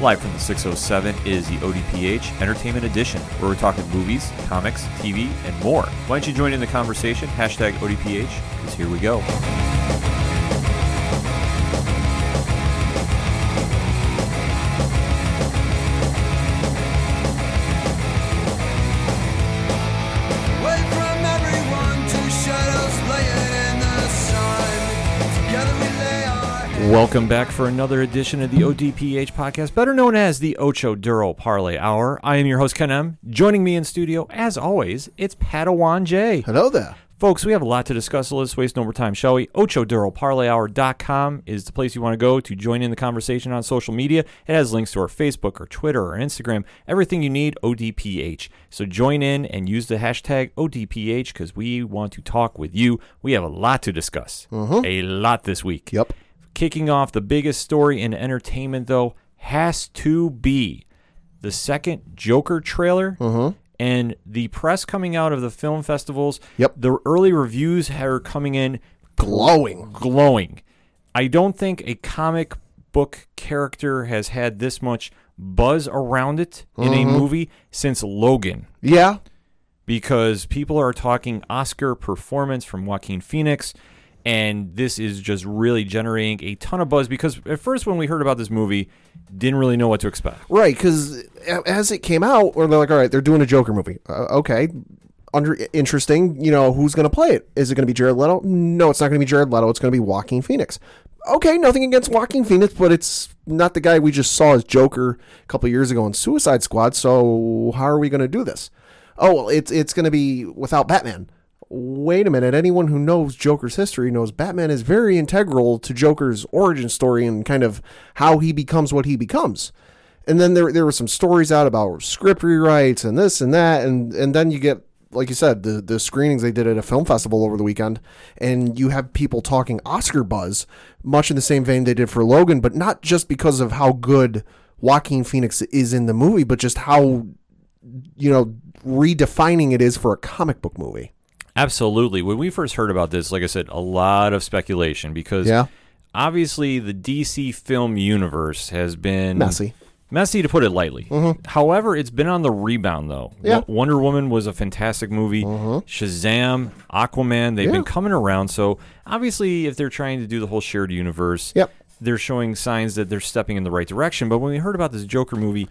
Live from the 607 is the ODPH Entertainment Edition, where we're talking movies, comics, TV, and more. Why don't you join in the conversation? Hashtag ODPH, because here we go. Away from everyone, two shadows laying in the sun. Together we lay our Welcome back for another edition of the ODPH podcast, better known as the Ocho Duro Parlay Hour. I am your host, Ken M. Joining me in studio, as always, it's Padawan J. Hello there. Folks, we have a lot to discuss, so let's waste no more time, shall we? OchoDuroParlayHour.com is the place you want to go to join in the conversation on social media. It has links to our Facebook or Twitter or Instagram, everything you need, ODPH. So join in and use the hashtag ODPH because we want to talk with you. We have a lot to discuss. A lot this week. Mm-hmm. Yep. Kicking off the biggest story in entertainment, though, has to be the second Joker trailer Mm-hmm. and the press coming out of the film festivals. Yep. The early reviews are coming in Glowing. glowing. I don't think a comic book character has had this much buzz around it in Mm-hmm. a movie since Logan Yeah. because people are talking Oscar performance from Joaquin Phoenix, and this is just really generating a ton of buzz. Because at first, when we heard about this movie, didn't really know what to expect. Right. Because as it came out, we're like, all right, they're doing a Joker movie. Uh, okay. Under interesting. You know, who's going to play it? Is it going to be Jared Leto? No, it's not going to be Jared Leto. It's going to be Joaquin Phoenix. Okay, nothing against Joaquin Phoenix, but it's not the guy we just saw as Joker a couple years ago in Suicide Squad. So how are we going to do this? Oh well, it's it's going to be without Batman. Wait a minute. Anyone who knows Joker's history knows Batman is very integral to Joker's origin story and kind of how he becomes what he becomes. And then there there were some stories out about script rewrites and this and that, and and then you get like you said the the screenings they did at a film festival over the weekend, and you have people talking Oscar buzz, much in the same vein they did for Logan, but not just because of how good Joaquin Phoenix is in the movie, but just how you know redefining it is for a comic book movie. Absolutely. When we first heard about this, like I said, a lot of speculation because Yeah. obviously the DC film universe has been Messy. Messy to put it lightly. However, it's been on the rebound though. Mm-hmm. Yeah. Mm-hmm. Wo- Wonder Woman was a fantastic movie. Shazam, Aquaman, they've been coming around. So obviously, if they're trying to do the whole shared universe, Yep. they're showing signs that they're stepping in the right direction. But when we heard about this Joker movie,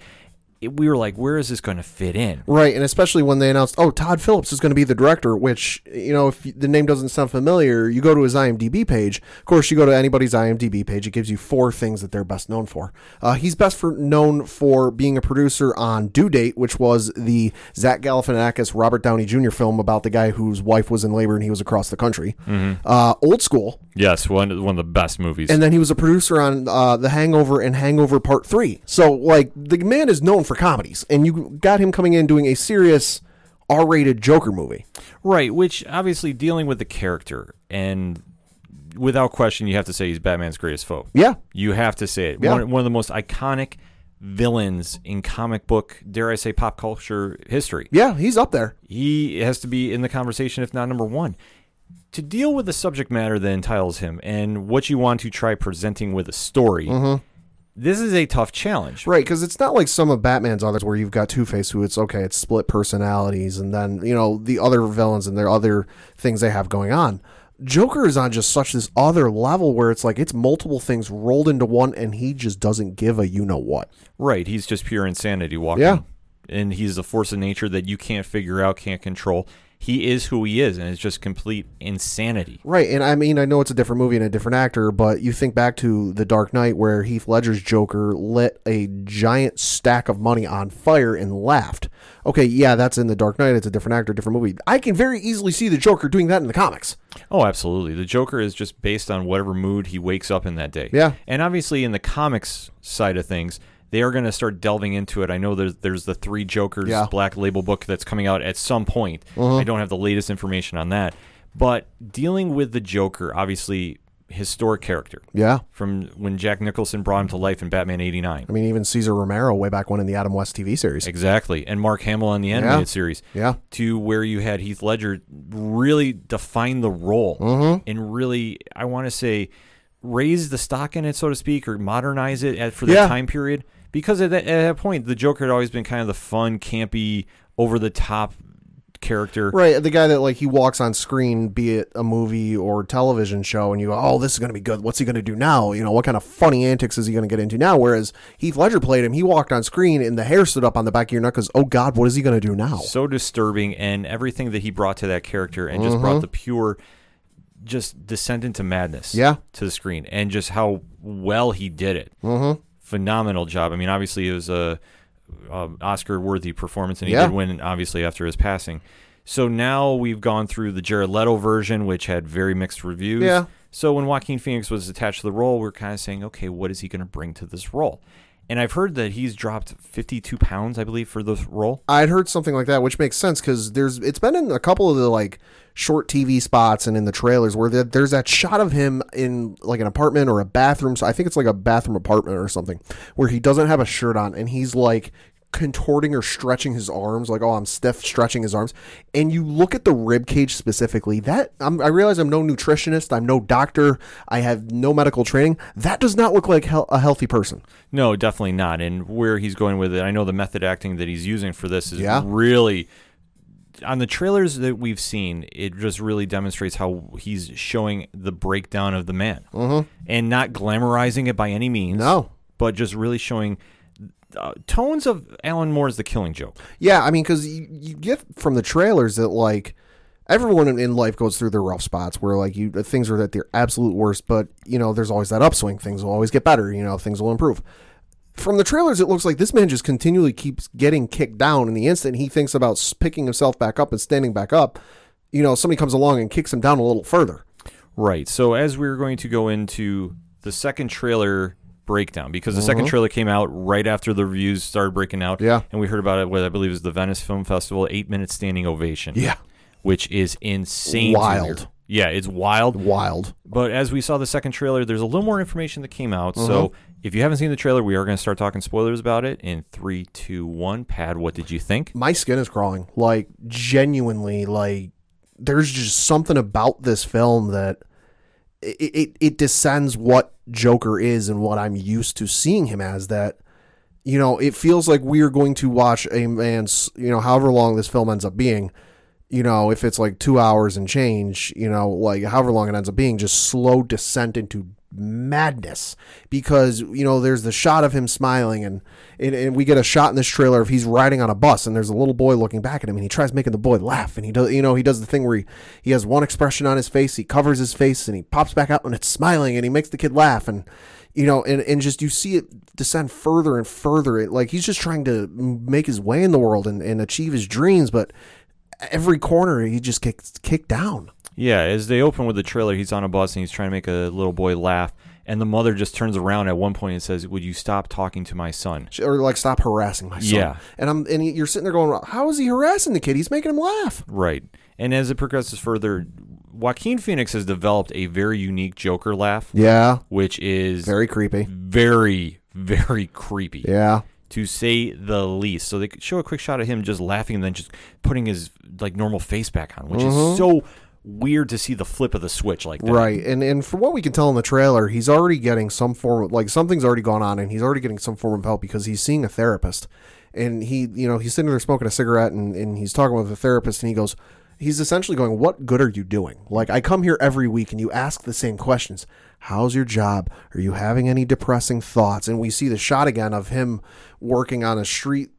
it, we were like, where is this going to fit in? Right, and especially when they announced, oh, Todd Phillips is going to be the director, which, you know, if the name doesn't sound familiar, you go to his IMDb page. Of course, you go to anybody's IMDb page, it gives you four things that they're best known for. Uh, he's best for, known for being a producer on Due Date, which was the Zach Galifianakis, Robert Downey Jr. film about the guy whose wife was in labor and he was across the country. Uh, old School, Yes, one one of the best movies. and then he was a producer on uh, The Hangover and Hangover Part Three. So like the man is known for comedies, and you got him coming in doing a serious R-rated Joker movie. Right, which obviously dealing with the character and without question you have to say he's Batman's greatest foe. Yeah. You have to say it. Yeah. One, one of the most iconic villains in comic book, dare I say pop culture history. Yeah, he's up there. He has to be in the conversation if not number 1. To deal with the subject matter that entitles him and what you want to try presenting with a story. Mm-hmm. This is a tough challenge. Right, because it's not like some of Batman's others where you've got Two Face, who it's okay, it's split personalities, and then you know the other villains and their other things they have going on. Joker is on just such this other level where it's like it's multiple things rolled into one, and he just doesn't give a you know what. Right. He's just pure insanity walking. Yeah. And he's a force of nature that you can't figure out, can't control. He is who he is, and it's just complete insanity. Right, and I mean, I know it's a different movie and a different actor, but you think back to The Dark Knight, where Heath Ledger's Joker lit a giant stack of money on fire and laughed. Okay, yeah, that's in The Dark Knight. It's a different actor, different movie. I can very easily see the Joker doing that in the comics. Oh, absolutely. The Joker is just based on whatever mood he wakes up in that day. Yeah. And obviously, in the comics side of things, they are going to start delving into it. I know there's, there's the Three Jokers Yeah. Uh-huh. Black Label book that's coming out at some point. I don't have the latest information on that. But dealing with the Joker, obviously, historic character. Yeah, From when Jack Nicholson brought him to life in Batman 89. I mean, even Caesar Romero way back when in the Adam West TV series. Exactly. And Mark Hamill on the animated series. Yeah. To where you had Heath Ledger really define the role Mm-hmm. and really, I want to say, raise the stock in it, so to speak, or modernize it at, for the Yeah. time period. because at that, at that point the Joker had always been kind of the fun, campy, over the top character. Right, the guy that like he walks on screen, be it a movie or television show, and you go, "Oh, this is going to be good. What's he going to do now? You know, what kind of funny antics is he going to get into now?" Whereas Heath Ledger played him, he walked on screen and the hair stood up on the back of your neck because, "Oh God, what is he going to do now?" so disturbing and everything that he brought to that character and just Mm-hmm. brought the pure just descent into madness Yeah. to the screen and just how well he did it mm-hmm. phenomenal job i mean obviously it was a, a oscar worthy performance and he Yeah. did win obviously after his passing so now we've gone through the jared leto version which had very mixed reviews Yeah. so when Joaquin Phoenix was attached to the role, we were kind of saying, okay, what is he going to bring to this role? And I've heard that he's dropped 52 pounds, I believe, for this role. I'd heard something like that, which makes sense because there's it's been in a couple of the like short TV spots and in the trailers where there, there's that shot of him in like an apartment or a bathroom. So I think it's like a bathroom apartment or something where he doesn't have a shirt on and he's like contorting or stretching his arms like oh I'm stiff stretching his arms and you look at the rib cage specifically that I'm, I realize I'm no nutritionist I'm no doctor I have no medical training that does not look like hel- a healthy person No, definitely not. And where he's going with it, I know the method acting that he's using for this is Yeah. really on the trailers that we've seen. It just really demonstrates how he's showing the breakdown of the man mm-hmm. and not glamorizing it by any means. No. but just really showing uh, tones of Alan Moore's The Killing Joke. Yeah, I mean, because you, you get from the trailers that like everyone in, in life goes through their rough spots where like you things are at their absolute worst, but you know there's always that upswing. Things will always get better. You know things will improve. From the trailers, it looks like this man just continually keeps getting kicked down. And the instant he thinks about s- picking himself back up and standing back up, you know somebody comes along and kicks him down a little further. Right. So as we were going to go into the second trailer breakdown, because the second trailer came out right after the reviews started breaking out. Mm-hmm. Yeah. And we heard about it what I believe is the Venice Film Festival, eight minute standing ovation. Yeah. Which is insane. to Wild. hear. Yeah, it's wild. Wild. But as we saw the second trailer, there's a little more information that came out. Mm-hmm. So if you haven't seen the trailer, we are going to start talking spoilers about it in three, two, one. Pad, what did you think? my skin is crawling. Like genuinely, like there's just something about this film that it it, it descends what Joker is and what I'm used to seeing him as. That you know, it feels like we are going to watch a man's you know however long this film ends up being. You know, if it's like two hours and change, you know, like however long it ends up being, just slow descent into madness because you know there's the shot of him smiling and, and and we get a shot in this trailer of he's riding on a bus and there's a little boy looking back at him and he tries making the boy laugh and he does you know he does the thing where he, he has one expression on his face he covers his face and he pops back out and it's smiling and he makes the kid laugh and you know and and just you see it descend further and further it, like he's just trying to make his way in the world and, and achieve his dreams but every corner he just gets kicked down Yeah, as they open with the trailer, he's on a bus and he's trying to make a little boy laugh. And the mother just turns around at one point and says, Would you stop talking to my son? Sh- or like stop harassing my son. Yeah. And I'm and you're sitting there going, how is he harassing the kid? He's making him laugh. Right. And as it progresses further, Joaquin Phoenix has developed a very unique Joker laugh, Yeah. which is very, Very creepy. very, creepy, Yeah. to say the least. So they could show a quick shot of him just laughing and then just putting his like normal face back on, which Mm-hmm. is so weird to see the flip of the switch like that. Right. And and from what we can tell in the trailer, he's already getting some form of like something's already gone on and he's already getting some form of help because he's seeing a therapist. And he you know, he's sitting there smoking a cigarette and, and he's talking with the therapist and he goes he's essentially going, What good are you doing? Like I come here every week and you ask the same questions. How's your job? Are you having any depressing thoughts? And we see the shot again of him working on a street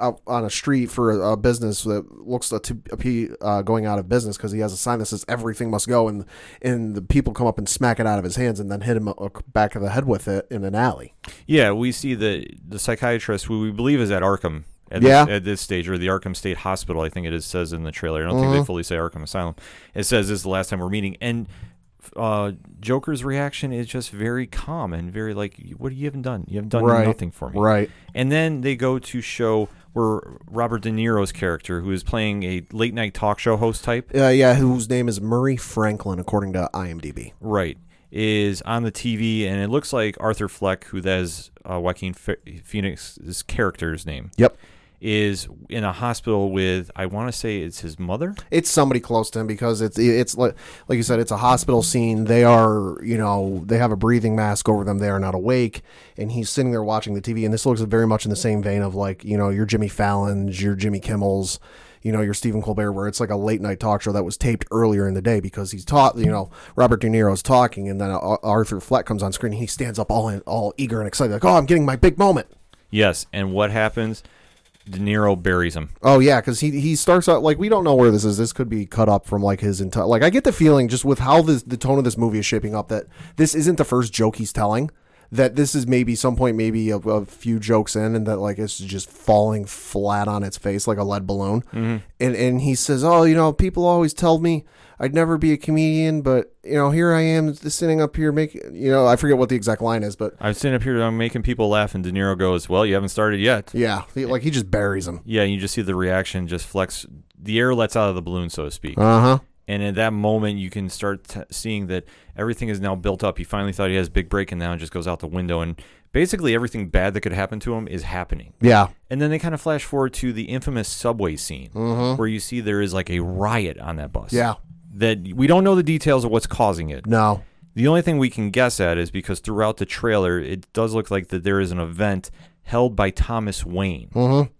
out on a street for a, a business that looks to be uh, going out of business because he has a sign that says "Everything must go," and and the people come up and smack it out of his hands and then hit him a- back of the head with it in an alley. Yeah, we see the the psychiatrist who we believe is at Arkham at, Yeah. this, at this stage, or the Arkham State Hospital, I think it is says in the trailer. I don't Mm-hmm. think they fully say Arkham Asylum. It says this is the last time we're meeting, and uh, Joker's reaction is just very calm and very like, "What you haven't done? You haven't done Right, nothing for me." right. And then they go to show where Robert De Niro's character, who is playing a late night talk show host type, Uh, yeah, whose name is Murray Franklin, according to IMDb. right, is on the TV, and it looks like Arthur Fleck, who that is uh, Joaquin Ph- Phoenix's character's name. Yep. is in a hospital with I want to say it's his mother. It's somebody close to him because it's it's like like you said, it's a hospital scene. They are you know they have a breathing mask over them. They are not awake, and he's sitting there watching the TV. And this looks very much in the same vein of like you know your Jimmy Fallon's, your Jimmy Kimmel's. You know, your Stephen Colbert, where it's like a late night talk show that was taped earlier in the day because he's taught, you know, Robert De Niro's talking, and then Ar- Arthur Fleck comes on screen. And he stands up all in, all eager and excited, like, "Oh, I'm getting my big moment." Yes, and what happens? De Niro buries him. Oh yeah, because he he starts out like we don't know where this is. This could be cut up from like his entire. Like I get the feeling just with how this, the tone of this movie is shaping up that this isn't the first joke he's telling. That this is maybe some point maybe a, a few jokes in, and that like it's just falling flat on its face like a lead balloon. And and he says, oh, you know, people always tell me I'd never be a comedian, but you know, here I am sitting up here making, you know, I forget what the exact line is, but I'm sitting up here, I'm making people laugh, and De Niro goes, "Well, you haven't started yet." yeah, he- like he just buries him. Yeah, and you just see the reaction just flex. The air lets out of the balloon, so to speak. Uh huh. And at that moment, you can start t- seeing that everything is now built up. He finally thought he has a big break, and now it just goes out the window. And basically, everything bad that could happen to him is happening. Yeah. And then they kind of flash forward to the infamous subway scene where you see there is like a riot on that bus. Mm-hmm. Yeah. That we don't know the details of what's causing it. No. The only thing we can guess at is because throughout the trailer, it does look like that there is an event held by Thomas Wayne.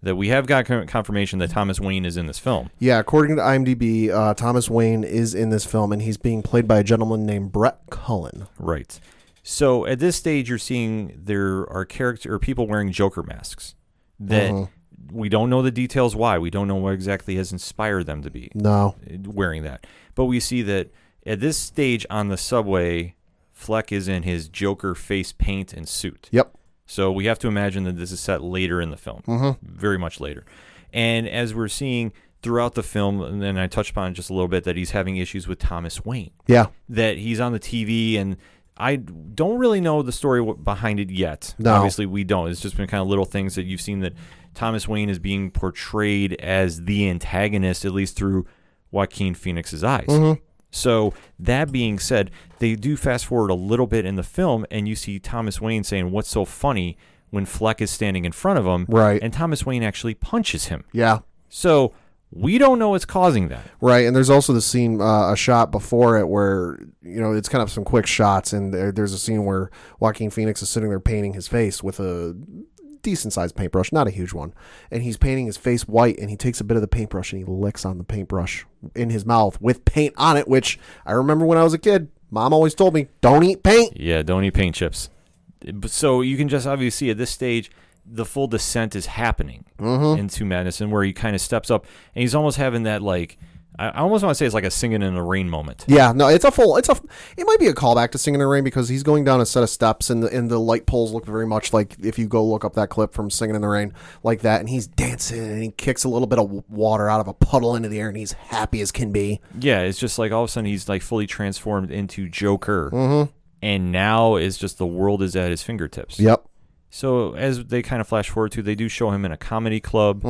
That we have got con- confirmation that Thomas Wayne is in this film. Yeah, according to IMDb, uh, Thomas Wayne is in this film, and he's being played by a gentleman named Brett Cullen. Right. So at this stage, you're seeing there are character or people wearing Joker masks that we don't know the details why. We don't know what exactly has inspired them to be No, wearing that. But we see that at this stage on the subway, Fleck is in his Joker face paint and suit. yep, So we have to imagine that this is set later in the film, very much later. And as we're seeing throughout the film, and then I touched upon it just a little bit that he's having issues with Thomas Wayne, yeah, that he's on the TV, and I don't really know the story w- behind it yet. No. Obviously, we don't. It's just been kind of little things that you've seen that Thomas Wayne is being portrayed as the antagonist, at least through Joaquin Phoenix's eyes. Mm-hmm. So that being said, they do fast forward a little bit in the film, and you see Thomas Wayne saying, "What's so funny?" when Fleck is standing in front of him, Right. And Thomas Wayne actually punches him. yeah, So we don't know what's causing that. right. And there's also the scene, uh, a shot before it where you know it's kind of some quick shots, and there, there's a scene where Joaquin Phoenix is sitting there painting his face with a decent sized paintbrush, not a huge one, and he's painting his face white, and he takes a bit of the paintbrush and he licks on the paintbrush in his mouth with paint on it, which I remember when I was a kid. Mom always told me, "Don't eat paint." Yeah, don't eat paint chips. But- So you can just obviously see at this stage the full descent is happening into madness, and where he kind of steps up, and he's almost having that like I I almost want to say it's like a singing in the rain moment. Yeah, no, it's a full. It's a. It might be a callback to Singing in the Rain because he's going down a set of steps, and the and the light poles look very much like if you go look up that clip from Singing in the Rain, like that. And he's dancing, and he kicks a little bit of water out of a puddle into the air, and he's happy as can be. Yeah, it's just like all of a sudden he's like fully transformed into Joker. And now it's just the world is at his fingertips. Yep. So as they kind of flash forward to, they do show him in a comedy club.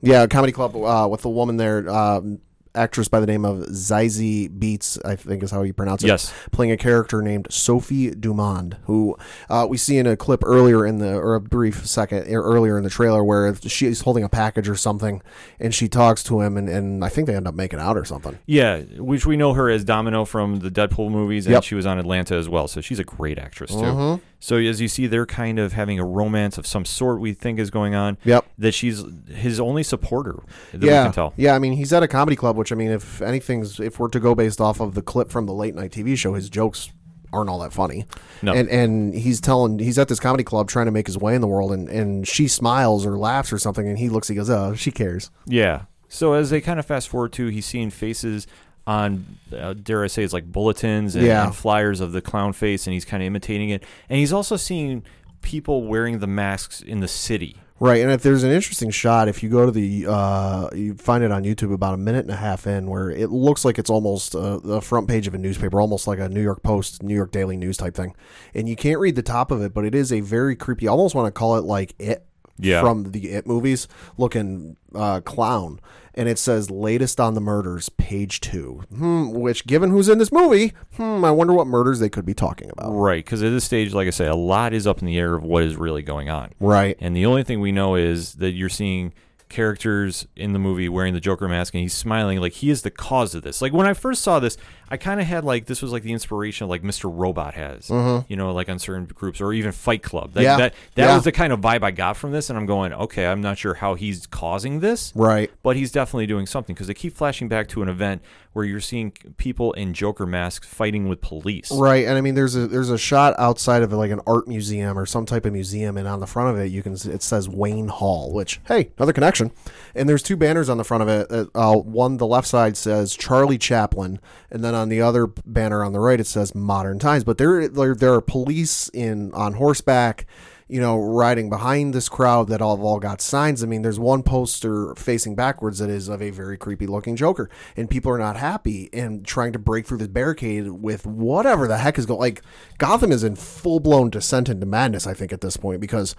Yeah, comedy club uh, with the woman there, um, actress by the name of Zizi Beats, I think is how you pronounce it. Yes. playing a character named Sophie Dumond, who uh, we see in a clip earlier in the or a brief second or earlier in the trailer where she's holding a package or something, and she talks to him, and, and I think they end up making out or something. Yeah, which we know her as Domino from the Deadpool movies, and Yep. Mm-hmm. she was on Atlanta as well. So she's a great actress too. So as you see, they're kind of having a romance of some sort. We think is going on. Yep. That she's his only supporter. That yeah, we can tell. yeah. I mean, he's at a comedy club, which I mean, if anything's if we're to go based off of the clip from the late night TV show, his jokes aren't all that funny. No. And and he's telling he's at this comedy club trying to make his way in the world, and and she smiles or laughs or something, and he looks, he goes, oh, she cares. Yeah. So as they kind of fast forward to, he's seeing faces on, uh, dare I say, it's like bulletins and, Yeah. and flyers of the clown face, and he's kind of imitating it. And he's also seeing people wearing the masks in the city. Right, and if there's an interesting shot, if you go to the, uh, you find it on YouTube about a minute and a half in, where it looks like it's almost uh, the front page of a newspaper, almost like a New York Post, New York Daily News type thing, and you can't read the top of it, but it is a very creepy. I almost want to call it like it Yeah. from the It movies, looking uh, clown, and it says latest on the murders, page two. Hmm, which, given who's in this movie, hmm, I wonder what murders they could be talking about. Right. Because at this stage, like I say, a lot is up in the air of what is really going on. Right. And the only thing we know is that you're seeing characters in the movie wearing the Joker mask and he's smiling like he is the cause of this. Like when I first saw this, I kind of had like this was like the inspiration like Mr. Robot has, you know, like on certain groups or even Fight Club. That Mm-hmm. Yeah. that, that Yeah. was the kind of vibe I got from this, and I'm going, okay, I'm not sure how he's causing this, Right. But he's definitely doing something because they keep flashing back to an event where you're seeing people in Joker masks fighting with police. Right, and I mean, there's a there's a shot outside of like an art museum or some type of museum, and on the front of it, you can s- it says Wayne Hall, which hey, another connection. And there's two banners on the front of it. Uh, uh, one the left side says Charlie Chaplin, and then on the other banner on the right it says Modern Times. But there there, there are police in on horseback. You know, riding behind this crowd that all have all got signs. I mean, there's one poster facing backwards that is of a very creepy looking Joker, and people are not happy and trying to break through this barricade with whatever the heck is going. Like Gotham is in full blown descent into madness, I think, at this point because.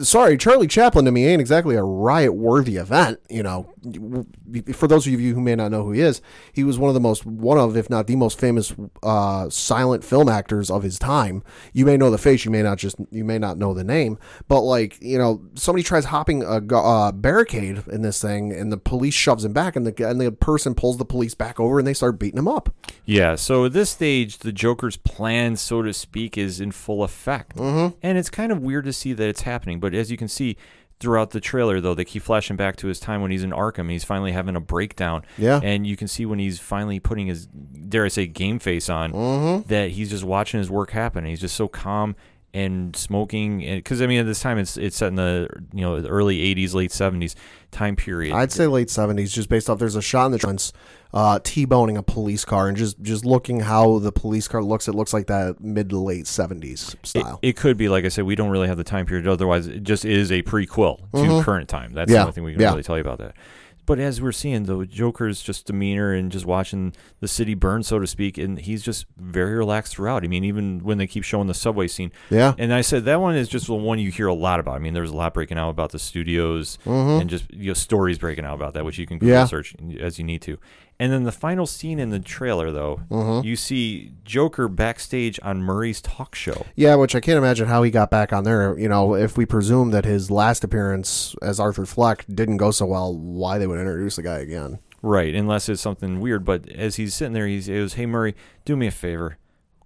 Sorry, Charlie Chaplin to me ain't exactly a riot worthy event. You know, for those of you who may not know who he is, he was one of the most, one of, if not the most famous uh, silent film actors of his time. You may know the face, you may not just, you may not know the name, but like, you know, somebody tries hopping a go- uh, barricade in this thing and the police shoves him back and the, and the person pulls the police back over and they start beating him up. Yeah, so at this stage, the Joker's plan, so to speak, is in full effect. Mm-hmm. And it's kind of weird to see that it's happening. But as you can see throughout the trailer, though, they keep flashing back to his time when he's in Arkham. He's finally having a breakdown. Yeah. And you can see when he's finally putting his, dare I say, game face on, that he's just watching his work happen. He's just so calm and smoking. Because, I mean, at this time, it's, it's set in the you know the early 80s, late 70s time period. I'd say late seventies, just based off. There's a shot in the trends, uh, t-boning a police car, and just just looking how the police car looks. It looks like that mid to late seventies It- style. It, could be, like I said, we don't really have the time period. Otherwise, it just is a prequel to current time. That's the Mm-hmm. Yeah. only thing we can Yeah. really tell you about that. But as we're seeing, the Joker's just demeanor and just watching the city burn, so to speak, and he's just very relaxed throughout. I mean, even when they keep showing the subway scene. Yeah. And I said that one is just the one you hear a lot about. I mean, there's a lot breaking out about the studios and just you know, stories breaking out about that, which you can Google Mm-hmm. Yeah. search as you need to. And then the final scene in the trailer, though, Mm-hmm. you see Joker backstage on Murray's talk show. yeah, which I can't imagine how he got back on there. You know, if we presume that his last appearance as Arthur Fleck didn't go so well, why they would introduce the guy again? Right, unless it's something weird. But as he's sitting there, he's, he goes, "Hey Murray, do me a favor.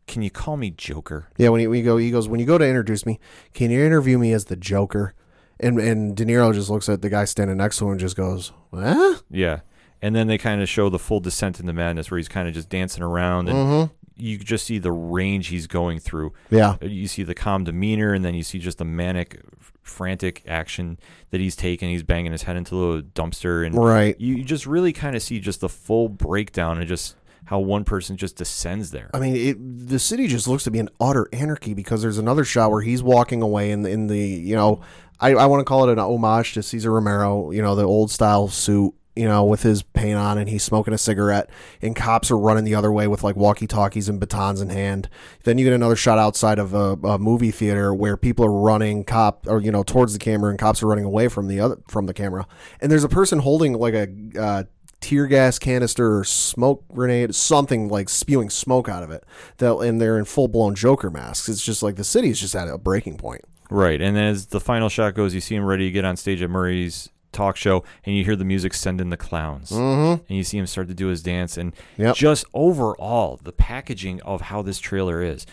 Can you call me Joker?" Yeah, when he, when he go, he goes. When you go to introduce me, can you interview me as the Joker? And and De Niro just looks at the guy standing next to him and just goes, "Huh." Yeah, and then they kind of show the full descent into madness, where he's kind of just dancing around, and you could just see the range he's going through. Uh, Yeah. you see the calm demeanor, and then you see just the manic, f- frantic action that he's taking. He's banging his head into a dumpster, and Right. you you just really kind of see just the full breakdown and just how one person just descends there. I mean, it, the city just looks to be an utter anarchy because there's another shot where he's walking away in the, in the you know, I, I want to call it an homage to Cesar Romero, you know, the old style suit, you know, with his paint on and he's smoking a cigarette and cops are running the other way with like walkie talkies and batons in hand. Then you get another shot outside of a, a movie theater where people are running cop or, you know, towards the camera and cops are running away from the other, from the camera. And there's a person holding like a, uh, tear gas canister or smoke grenade, something like spewing smoke out of it. That and they're in full blown Joker masks. It's just like the city's just at a breaking point. Right, and then as the final shot goes, you see him ready to get on stage at Murray's talk show, and you hear the music send in the clowns, mm-hmm. and you see him start to do his dance, and Yep. just overall, the packaging of how this trailer is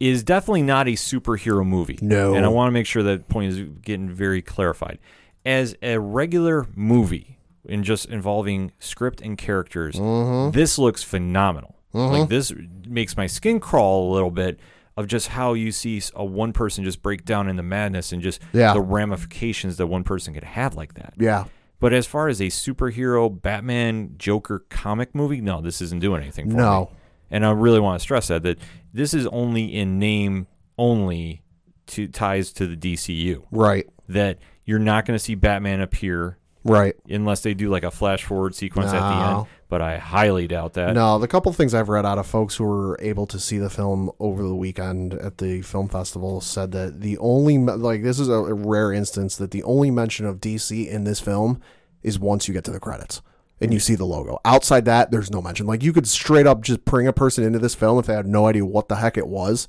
is definitely not a superhero movie. No. and I want to make sure that point is getting very clarified. As a regular movie, in just involving script and characters, Mm-hmm. this looks phenomenal. Like this makes my skin crawl a little bit of just how you see s- a one person just break down into madness and just Yeah. the ramifications that one person could have like that. Yeah. But as far as a superhero Batman Joker comic movie, no, this isn't doing anything for No. me. And I really want to stress that that this is only in name only to ties to the DCU. Right. That you're not going to see Batman appear Right. unless they do like a flash forward sequence at the No. end, but I highly doubt that. No, the couple things I've read out of folks who were able to see the film over the weekend at the film festival said that the only like this is a rare instance that the only mention of DC in this film is once you get to the credits and you see the logo. Outside that, there's no mention. Like you could straight up just bring a person into this film if they had no idea what the heck it was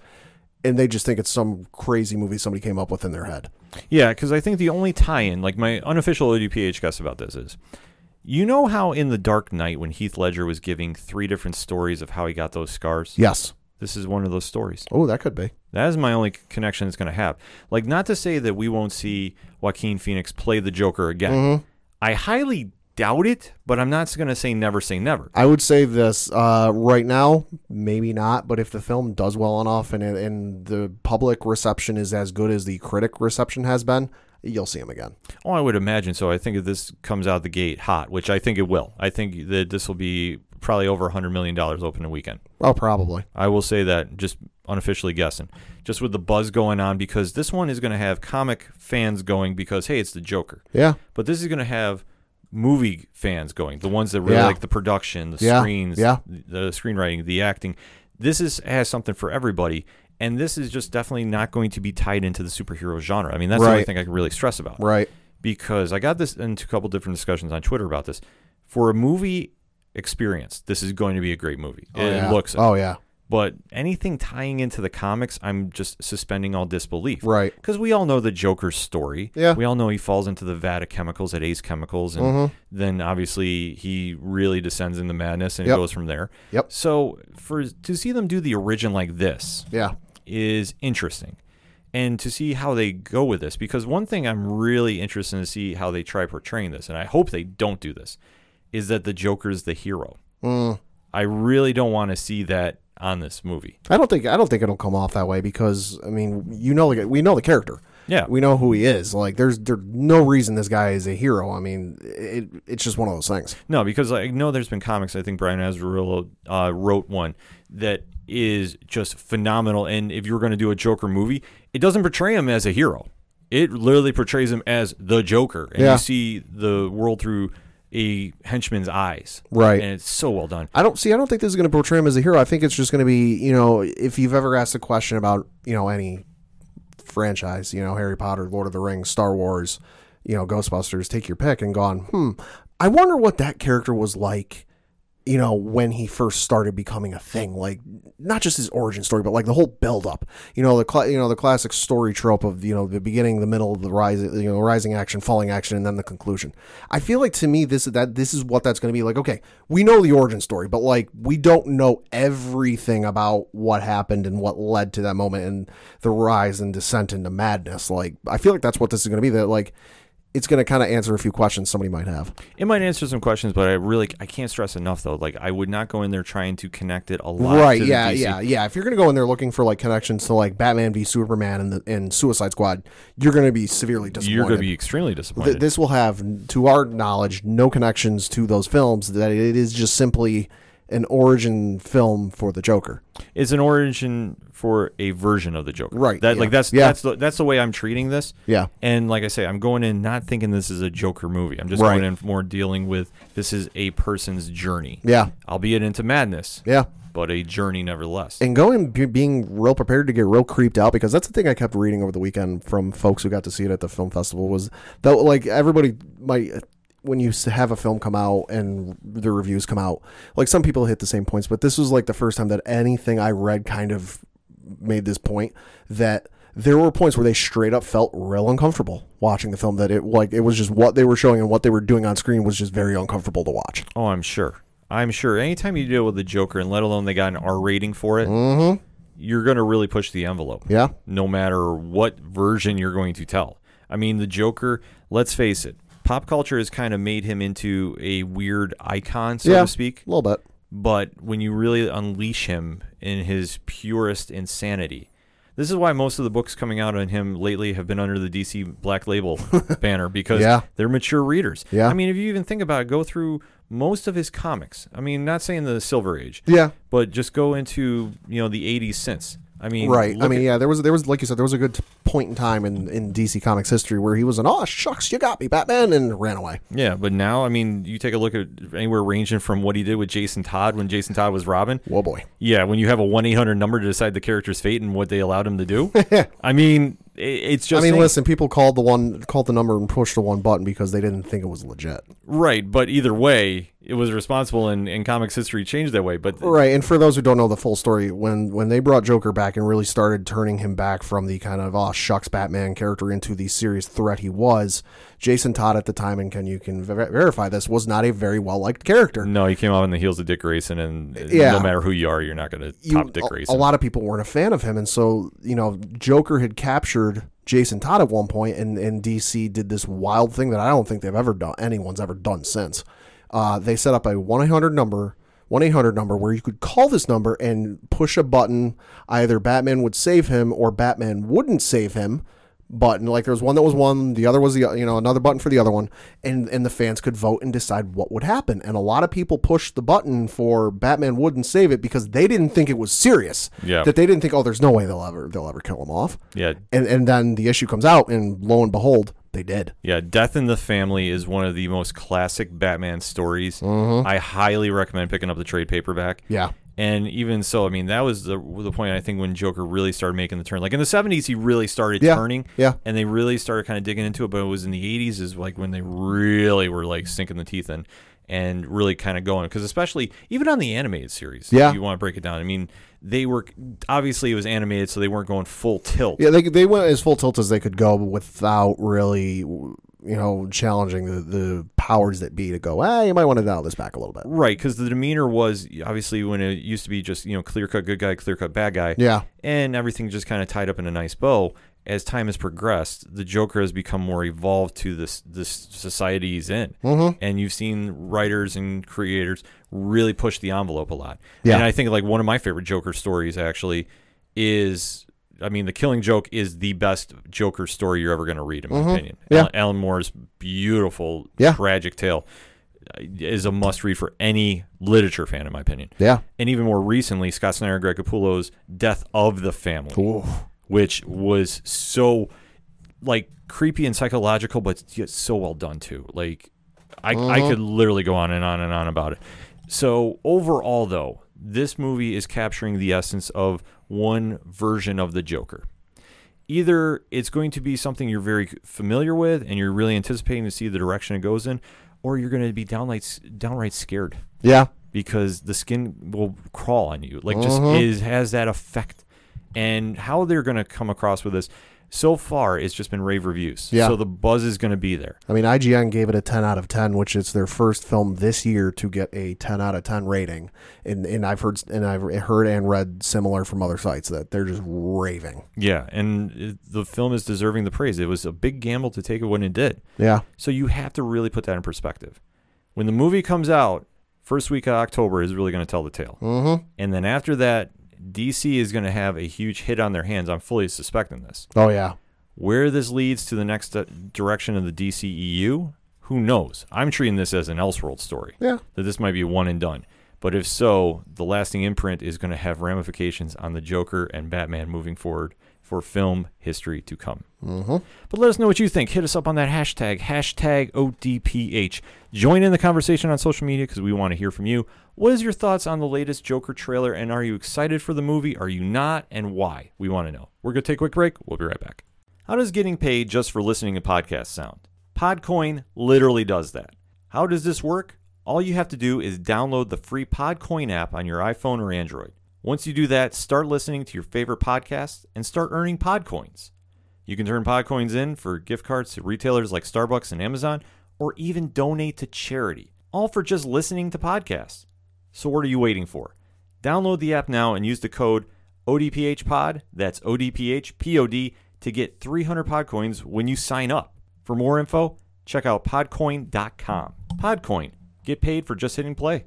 and they just think it's some crazy movie somebody came up with in their head. Yeah, because I think the only tie-in, like my unofficial ODPH guess about this is, you know how in The Dark Knight when Heath Ledger was giving three different stories of how he got those scars, Yes. this is one of those stories. Oh, that could be. That is my only c- connection it's going to have. Like, not to say that we won't see Joaquin Phoenix play the Joker again. I highly doubt it, but I'm not going to say never say never. I would say this uh, right now, maybe not, but if the film does well enough and it, and the public reception is as good as the critic reception has been, you'll see him again. Oh, I would imagine so. I think if this comes out the gate hot, which I think it will, I think that this will be probably over $100 million opening weekend. Oh, probably. I will say that just unofficially guessing, just with the buzz going on, because this one is going to have comic fans going because hey, it's the Joker, Yeah. but this is going to have movie fans going, the ones that really Yeah. like the production, the Yeah. screens, Yeah. the screenwriting, the acting. This is has something for everybody, and this is just definitely not going to be tied into the superhero genre. I mean, that's the only Right. thing I can really stress about Right. because I got this into a couple different discussions on Twitter about this. For a movie experience, this is going to be a great movie. it yeah. looks it. Oh yeah. But anything tying into the comics, I'm just suspending all disbelief. Right. Because we all know the Joker's story. Yeah. Mm-hmm. We all know he falls into the vat of chemicals at Ace Chemicals. And then obviously he really descends into madness and Yep. it goes from there. Yep. So for to see them do the origin like this Yeah. is interesting. And to see how they go with this, because one thing I'm really interested to see how they try portraying this, and I hope they don't do this, is that the Joker's the hero. Mm. I really don't want to see that on this movie. I don't think I don't think it'll come off that way because I mean you know the- we know the character. Yeah. We know who he is. Like there's there's no reason this guy is a hero. I mean it, it's just one of those things. No, because I know there's been comics. I think Brian Azarillo uh, wrote one that is just phenomenal. And if you were going to do a Joker movie, it doesn't portray him as a hero. It literally portrays him as the Joker, and Yeah. you see the world through a henchman's eyes. Right. and it's so well done. I don't see. I don't think this is going to portray him as a hero. I think it's just going to be, you know, if you've ever asked a question about, you know, any franchise, you know, Harry Potter, Lord of the Rings, Star Wars, you know, Ghostbusters, take your pick, and gone. Hmm. I wonder what that character was like, you know, when he first started becoming a thing. Like not just his origin story, but like the whole build up. You know, the cla you know the classic story trope of you know the beginning, the middle, the rise, you know, rising action, falling action, and then the conclusion. I feel like to me this is that this is what that's going to be like. Okay, we know the origin story, but like we don't know everything about what happened and what led to that moment and the rise and descent into madness. Like I feel like that's what this is going to be. That like it's going to kind of answer a few questions somebody might have. It might answer some questions, but I really I can't stress enough though. Like I would not go in there trying to connect it a lot. right to the yeah DC yeah yeah if you're gonna go in there looking for like connections to like batman v superman and the and suicide squad you're gonna be severely disappointed You're going to be extremely Th- disappointed. this will have to our knowledge no connections to those films that it is just simply an origin film for the joker It's an origin for a version of the Joker. Right, That yeah. like that's Yeah. that's the that's the way I'm treating this. Yeah. And like I say, I'm going in not thinking this is a Joker movie. I'm just Right. going in more dealing with this is a person's journey. yeah Albeit into madness. yeah But a journey nevertheless. and going be- being real prepared to get real creeped out because that's the thing I kept reading over the weekend from folks who got to see it at the film festival was that like everybody might when you s- have a film come out and the reviews come out like some people hit the same points but this was like the first time that anything I read kind of made this point that there were points where they straight up felt real uncomfortable watching the film that it like it was just what they were showing and what they were doing on screen was just very uncomfortable to watch. oh, I'm sure. I'm sure. Anytime you deal with the Joker and let alone they got an R rating for it, you're gonna really push the envelope. Mm-hmm. Yeah. no matter what version you're going to tell. I mean, the Joker, let's face it, pop culture has kind of made him into a weird icon, so yeah. to speak. A little bit. But when you really unleash him in his purest insanity, this is why most of the books coming out on him lately have been under the DC Black Label banner because Yeah. they're mature readers. Yeah. I mean, if you even think about it, go through most of his comics. I mean, not saying the Silver Age, Yeah. but just go into you know the 80s since. I mean, Right. I look mean, at- yeah, there was there was like you said, there was a good t- point in time in, in DC Comics history where he was an oh shucks, you got me, Batman, and ran away. Yeah, but now I mean, you take a look at anywhere ranging from what he did with Jason Todd when Jason Todd was Robin. Whoa boy. Yeah, when you have a one eight hundred number to decide the character's fate and what they allowed him to do. I mean, i it's I just mean, saying- listen, people called the one called the number and pushed the one button because they didn't think it was legit. right. But either way, it was responsible in, in comics history changed that way. But Right, and for those who don't know the full story, when when they brought Joker back and really started turning him back from the kind of oh shucks Batman character into the serious threat he was, Jason Todd at the time, and can you can ver- verify this, was not a very well liked character. no, he came out on the heels of Dick Grayson, and Yeah. no matter who you are, you're not going to You- top Dick a- a, Grayson. lot of people weren't a fan of him, and so you know Joker had captured Jason Todd at one point, and and DC did this wild thing that I don't think they've ever done, anyone's ever done since. Uh, they set up a one eight hundred number. 1 800 number where you could call this number and push a button. Either Batman would save him or Batman wouldn't save him button. Like there was one that was one, the other was the you know another button for the other one, and and the fans could vote and decide what would happen. And a lot of people pushed the button for Batman wouldn't save it because they didn't think it was serious. Yeah. That they didn't think, oh, there's no way they'll ever they'll ever kill him off. Yeah. And and then the issue comes out, and lo and behold, they did. Yeah, Death in the Family is one of the most classic Batman stories. I highly recommend picking up the trade paperback. Mm-hmm. Yeah. And even so, I mean, that was the the point I think when Joker really started making the turn. Like in the seventies, he really started Yeah, turning. yeah. And they really started kind of digging into it. But it was in the eighties is like when they really were like sinking the teeth in and really kind of going because especially even on the animated series, Yeah. if you want to break it down. I mean, they were obviously it was animated, so they weren't going full tilt. Yeah, they they went as full tilt as they could go without really you know challenging the, the powers that be to go. Ah, you might want to dial this back a little bit. Right, because the demeanor was obviously when it used to be just you know clear cut good guy, clear cut bad guy. Yeah. and everything just kind of tied up in a nice bow. As time has progressed, the Joker has become more evolved to this this society he's in, mm-hmm. and you've seen writers and creators really push the envelope a lot. Yeah. and I think like one of my favorite Joker stories actually is. I mean, The Killing Joke is the best Joker story you're ever going to read, in my opinion. Mm-hmm. Yeah. Alan, Alan Moore's beautiful, Yeah. tragic tale uh, is a must read for any literature fan, in my opinion. Yeah. And even more recently, Scott Snyder and Greg Capullo's Death of the Family, which was so like creepy and psychological, but yet so well done too. Like, I, I could literally go on and on and on about it. So overall, though, this movie is capturing the essence of one version of the Joker either it's going to be something you're very familiar with and you're really anticipating to see the direction it goes in, or you're going to be downright downright scared Yeah. because the skin will crawl on you. Like just is has that effect. And how they're going to come across with this so far it's just been rave reviews. Yeah. So the buzz is going to be there. I mean, IGN gave it a 10 out of 10, which is their first film this year to get a 10 out of 10 rating. And and I've heard and I've heard and read similar from other sites that they're just raving. Yeah, and it- the film is deserving the praise. It was a big gamble to take it when it did. Yeah. So you have to really put that in perspective. When the movie comes out, first week of October is really going to tell the tale. Mm-hmm. And then after that, DC is going to have a huge hit on their hands. I'm fully suspecting this. Oh yeah. Where this leads to the next uh, direction of the DCEU, who knows? I'm treating this as an Elseworld story. Yeah. That this might be one and done. But if so, the lasting imprint is going to have ramifications on the Joker and Batman moving forward for film history to come. But let us know what you think. Hit us up on that hashtag, hashtag ODPH. Join in the conversation on social media because we want to hear from you. What is your thoughts on the latest Joker trailer? And are you excited for the movie? Are you not? And why? We want to know. We're going to take a quick break. We'll be right back. How does getting paid just for listening to podcasts sound? Podcoin literally does that. How does this work? All you have to do is download the free Podcoin app on your iPhone or Android. Once you do that, start listening to your favorite podcasts and start earning Podcoins. You can turn Podcoins in for gift cards to retailers like Starbucks and Amazon, or even donate to charity, all for just listening to podcasts. So, what are you waiting for? Download the app now and use the code ODPHPOD, that's ODPHPOD, to get 300 Podcoins when you sign up. For more info, check out podcoin.com. Podcoin, get paid for just hitting play.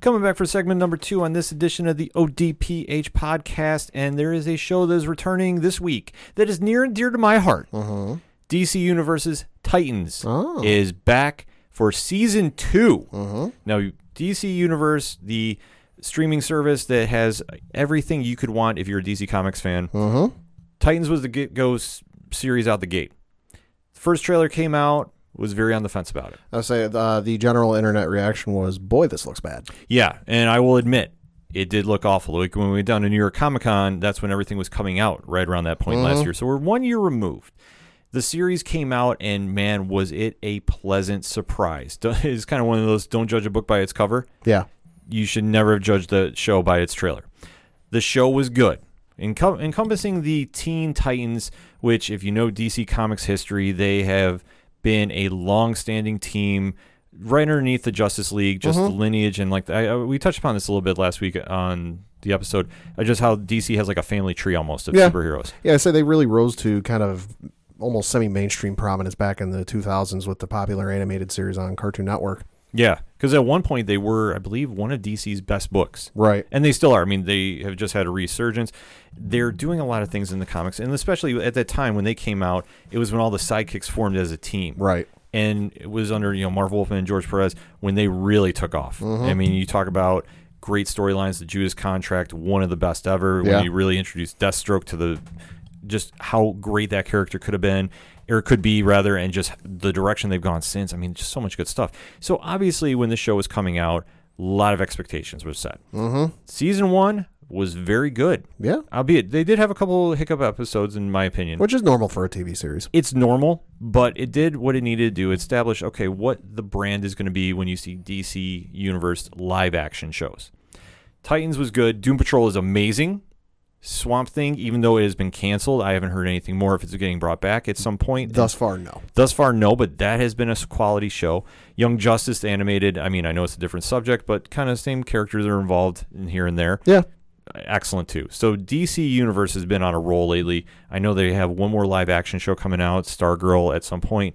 Coming back for segment number two on this edition of the ODPH podcast, and there is a show that is returning this week that is near and dear to my heart. DC Universe's Titans is back for season 2 Now, DC Universe, the streaming service that has everything you could want if you're a DC Comics fan, Titans was the get go s- series out the gate. First trailer came out, was very on the fence about it. I say uh, the general internet reaction was, "Boy, this looks bad." Yeah, and I will admit, it did look awful. Like when we went down to New York Comic Con, that's when everything was coming out right around that point last year. So we're one year removed. The series came out, and man, was it a pleasant surprise. It's kind of one of those don't judge a book by its cover Yeah. you should never have judged the show by its trailer. The show was good, Encom- encompassing the Teen Titans, which, if you know DC Comics history, they have been a long-standing team right underneath the Justice League, just the lineage and like the, I, I- we touched upon this a little bit last week on the episode, uh, just how DC has like a family tree almost of Yeah. superheroes. Yeah, I say they really rose to kind of almost semi-mainstream prominence back in the 2000s with the popular animated series on Cartoon Network. Yeah, because at one point they were, I believe, one of DC's best books. Right. and they still are. I mean, they have just had a resurgence. They're doing a lot of things in the comics, and especially at that time when they came out, it was when all the sidekicks formed as a team, Right. And it was under you know Marv Wolfman and George Perez when they really took off. I mean, you talk about great storylines, the Judas Contract, one of the best ever. Yeah. When you really introduced Deathstroke to the just how great that character could have been or could be rather and just the direction they've gone since i mean just so much good stuff so obviously when this show was coming out a lot of expectations were set season one was very good. Yeah. Albeit they did have a couple hiccup episodes, in my opinion. Which is normal for a TV series. it's normal, but it did what it needed to do establish, okay, what the brand is going to be when you see DC Universe live action shows. Titans was good. Doom Patrol is amazing. Swamp Thing, even though it has been canceled, I haven't heard anything more if it's getting brought back at some point. Thus far, no. Thus far, no, but that has been a s- quality show. Young Justice the animated. I mean, I know it's a different subject, but kind of same characters are involved in here and there Yeah. excellent too. So DC Universe has been on a roll lately. I know they have one more live action show coming out, Stargirl, at some point.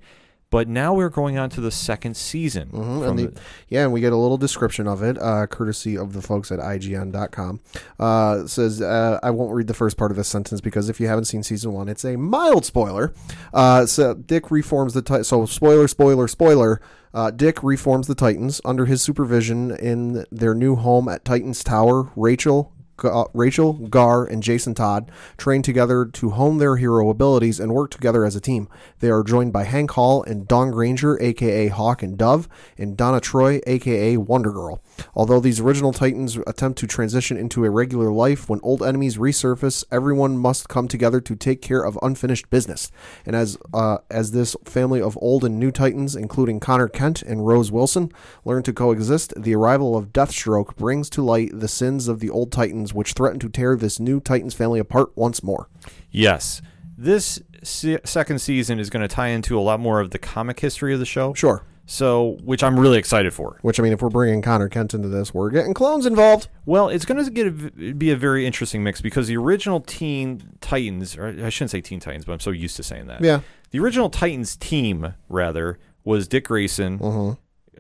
But now we're going on to the second season. from Mm-hmm, And the, the- yeah, and we get a little description of it, uh, courtesy of the folks at IGN.com. Uh, it says, uh, I won't read the first part of this sentence because if you haven't seen season one, it's a mild spoiler. Uh, so Dick reforms the Ti- so spoiler, spoiler, spoiler. Uh, Dick reforms the Titans under his supervision in their new home at Titans Tower. Rachel, Ga- Rachel, Gar, and Jason Todd train together to hone their hero abilities and work together as a team. They are joined by Hank Hall and Don Granger, aka Hawk and Dove, and Donna Troy, aka Wonder Girl. Although these original Titans attempt to transition into a regular life when old enemies resurface, everyone must come together to take care of unfinished business. And as uh, as this family of old and new Titans, including Connor Kent and Rose Wilson, learn to coexist, the arrival of Deathstroke brings to light the sins of the old Titans, which threaten to tear this new Titans family apart once more. yes. This se- second season is going to tie into a lot more of the comic history of the show. Sure. So, which I'm really excited for. Which I mean, if we're bringing Connor Kent into this, we're getting clones involved. Well, it's going to get a v be a very interesting mix because the original Teen Titans, or I shouldn't say Teen Titans, but I'm so used to saying that. Yeah. The original Titans team, rather, was Dick Grayson,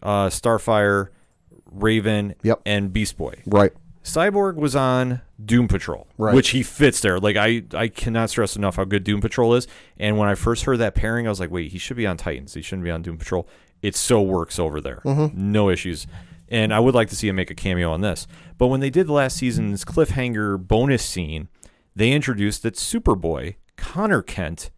uh, Starfire, Raven, Yep. and Beast Boy. Right. Cyborg was on Doom Patrol, Right. which he fits there. Like I, I cannot stress enough how good Doom Patrol is. And when I first heard that pairing, I was like, wait, he should be on Titans. He shouldn't be on Doom Patrol. It so works over there, Mm-hmm. no issues. And I would like to see him make a cameo on this. But when they did last season's cliffhanger bonus scene, they introduced that Superboy, Connor Kent,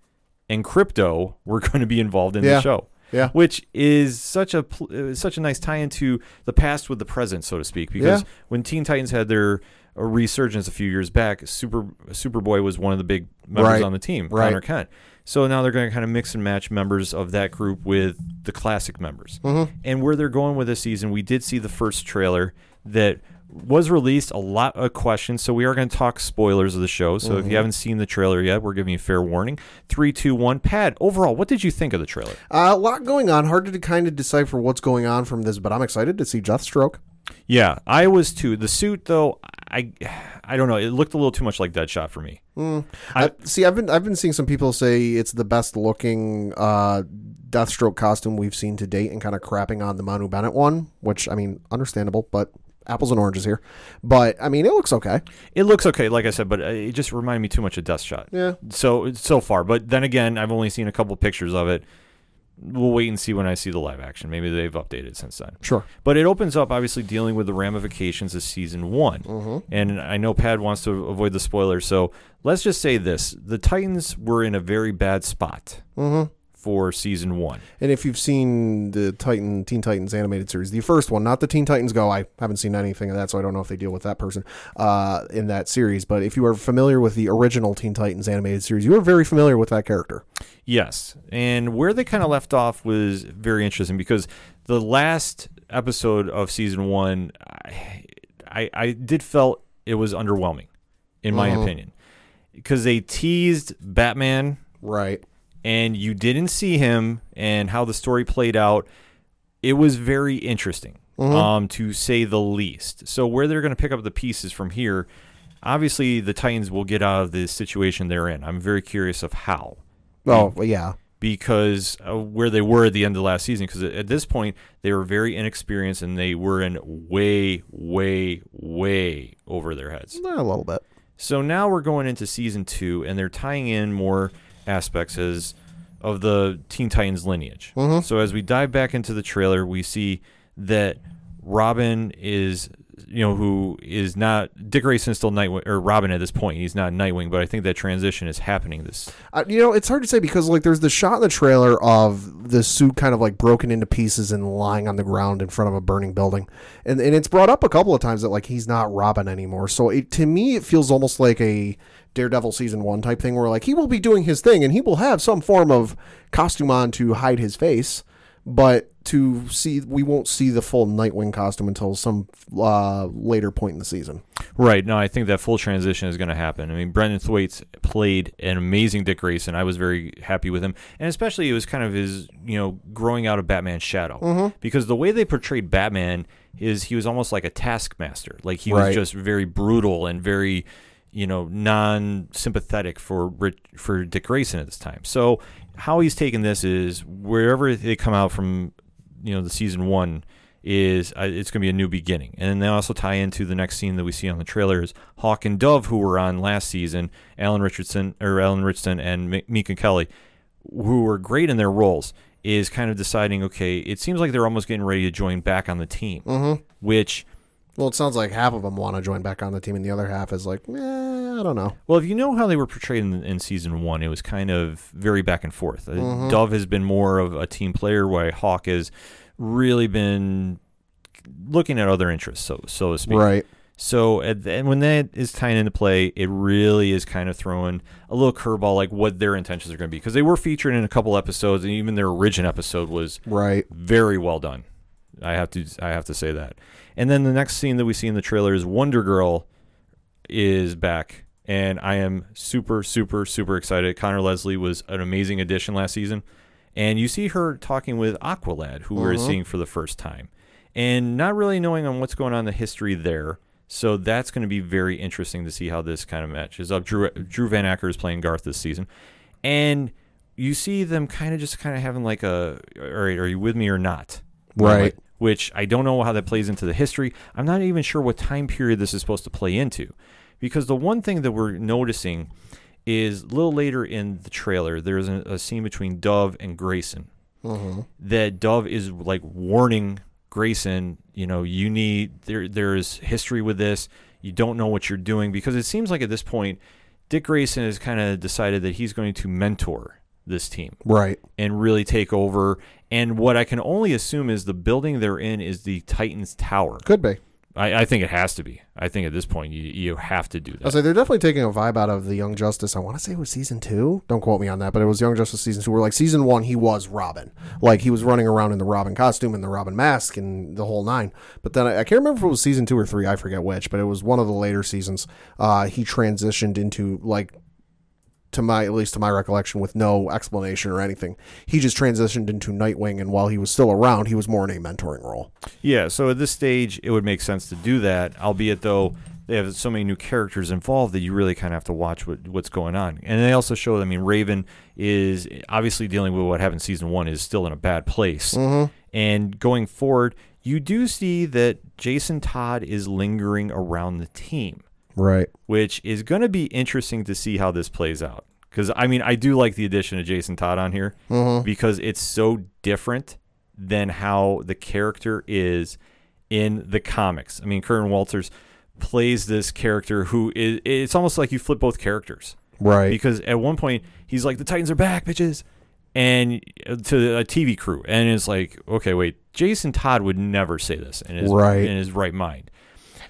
and Crypto were going to be involved in Yeah. the show Yeah. which is such a pl- uh, such a nice tie into the past with the present, so to speak. Because Yeah. when Teen Titans had their uh, resurgence a few years back, Super Superboy was one of the big members Right. on the team, Right. Connor Kent. So now they're going to kind of mix and match members of that group with the classic members. Mm-hmm. And where they're going with this season, we did see the first trailer that was released a lot of questions so we are going to talk spoilers of the show so Mm-hmm. if you haven't seen the trailer yet we're giving you fair warning three two one pad overall what did you think of the trailer Uh, a lot going on. Hard to kind of decipher what's going on from this, but I'm excited to see Deathstroke. Yeah, I was too. The suit, though, I, I don't know. It looked a little too much like Deadshot for me. I- I, see, I've been I've been seeing some people say it's the best looking uh, Deathstroke costume we've seen to date, and kind of crapping on the Manu Bennett one, which I mean, understandable, but apples and oranges here. But I mean, it looks okay. It looks okay, like I said, but uh, it just reminded me too much of Deathshot. Yeah. So so far, but then again, I've only seen a couple pictures of it. We'll wait and see when I see the live action. Maybe they've updated since then. Sure. But it opens up, obviously, dealing with the ramifications of season one. And I know Pad wants to avoid the spoilers, so let's just say this: the Titans were in a very bad spot for season one. And if you've seen the Titan Teen Titans animated series, the first one, not the Teen Titans Go, I haven't seen anything of that, so I don't know if they deal with that person uh, in that series. But if you are familiar with the original Teen Titans animated series, you are very familiar with that character. Yes. And where they kind of left off was very interesting because the last episode of season one, I, I, I did felt it was underwhelming, in my opinion, because they teased Batman Right. and you didn't see him and how the story played out, it was very interesting, um, to say the least. So where they're going to pick up the pieces from here, obviously the Titans will get out of the situation they're in. I'm very curious of how Oh, well, yeah. because uh, where they were at the end of last season. Because at this point they were very inexperienced and they were in way, way, way over their heads. A little bit. So now we're going into season two, and they're tying in more aspects as of the Teen Titans lineage. So as we dive back into the trailer, we see that Robin is, you know, who is not Dick Grayson's still Nightwing or Robin at this point. He's not Nightwing, but I think that transition is happening. This Uh, you know, it's hard to say because like there's the shot in the trailer of the suit kind of like broken into pieces and lying on the ground in front of a burning building, and and it's brought up a couple of times that like he's not Robin anymore. So it, to me, it feels almost like a Daredevil season one type thing where like he will be doing his thing and he will have some form of costume on to hide his face, but to see we won't see the full Nightwing costume until some uh, later point in the season. Right. No, I think that full transition is going to happen. I mean, Brendan Thwaites played an amazing Dick Grayson. I was very happy with him, and especially it was kind of his, you know, growing out of Batman's shadow because the way they portrayed Batman is he was almost like a taskmaster. Like he Right. was just very brutal and very, you know, non-sympathetic for Rich, for Dick Grayson at this time. So how he's taken this is wherever they come out from, you know, the season one is uh, it's going to be a new beginning. And then they also tie into the next scene that we see on the trailer is Hawk and Dove, who were on last season, Alan Richardson or Alan Richardson and Mi- Meek Kelly, who were great in their roles. Is kind of deciding. Okay, it seems like they're almost getting ready to join back on the team, mm-hmm. which Well, it sounds like half of them want to join back on the team, and the other half is like, eh, I don't know. Well, if you know how they were portrayed in, in season one, it was kind of very back and forth. Uh, Dove has been more of a team player, while Hawk has really been looking at other interests, so so to speak. Right. So at the, and when that is tying into play, it really is kind of throwing a little curveball, like what their intentions are going to be, because they were featured in a couple episodes, and even their origin episode was Right. very well done. I have to I have to say that. And then the next scene that we see in the trailer is Wonder Girl is back and I am super super super excited. Connor Leslie was an amazing addition last season and you see her talking with Aqualad who we're seeing for the first time and not really knowing on what's going on in the history there. So that's going to be very interesting to see how this kind of matches up. Drew Drew Van Acker is playing Garth this season and you see them kind of just kind of having like a all right are you with me or not Right. Like, which i don't know how that plays into the history i'm not even sure what time period this is supposed to play into because the one thing that we're noticing is a little later in the trailer there's a, a scene between dove and grayson that Dove is like warning Grayson, you know, you need there there is history with this. You don't know what you're doing because it seems like at this point Dick Grayson has kind of decided that he's going to mentor this team Right. and really take over. And what I can only assume is the building they're in is the Titans Tower. Could be. I, I think it has to be. I think at this point you, you have to do I that. say they're definitely taking a vibe out of the Young Justice. I want to say it was season two. Don't quote me on that, but it was Young Justice season two. Where like season one, he was Robin, like he was running around in the Robin costume and the Robin mask and the whole nine. But then I, I can't remember if it was season two or three. I forget which, but it was one of the later seasons. Uh, he transitioned into like to my at least to my recollection with no explanation or anything. He just transitioned into Nightwing, and while he was still around, he was more in a mentoring role. Yeah, so at this stage, it would make sense to do that, albeit though they have so many new characters involved that you really kind of have to watch what, what's going on. And they also show, I mean, Raven is obviously dealing with what happened in season one, is still in a bad place. And going forward, you do see that Jason Todd is lingering around the team Right. which is going to be interesting to see how this plays out. Because I mean, I do like the addition of Jason Todd on here Mm-hmm. because it's so different than how the character is in the comics. I mean, Kern Walters plays this character who is. It's almost like you flip both characters Right. because at one point he's like, "The Titans are back, bitches," and uh, to a TV crew, and it's like, okay, wait, Jason Todd would never say this in his Right. in his right mind.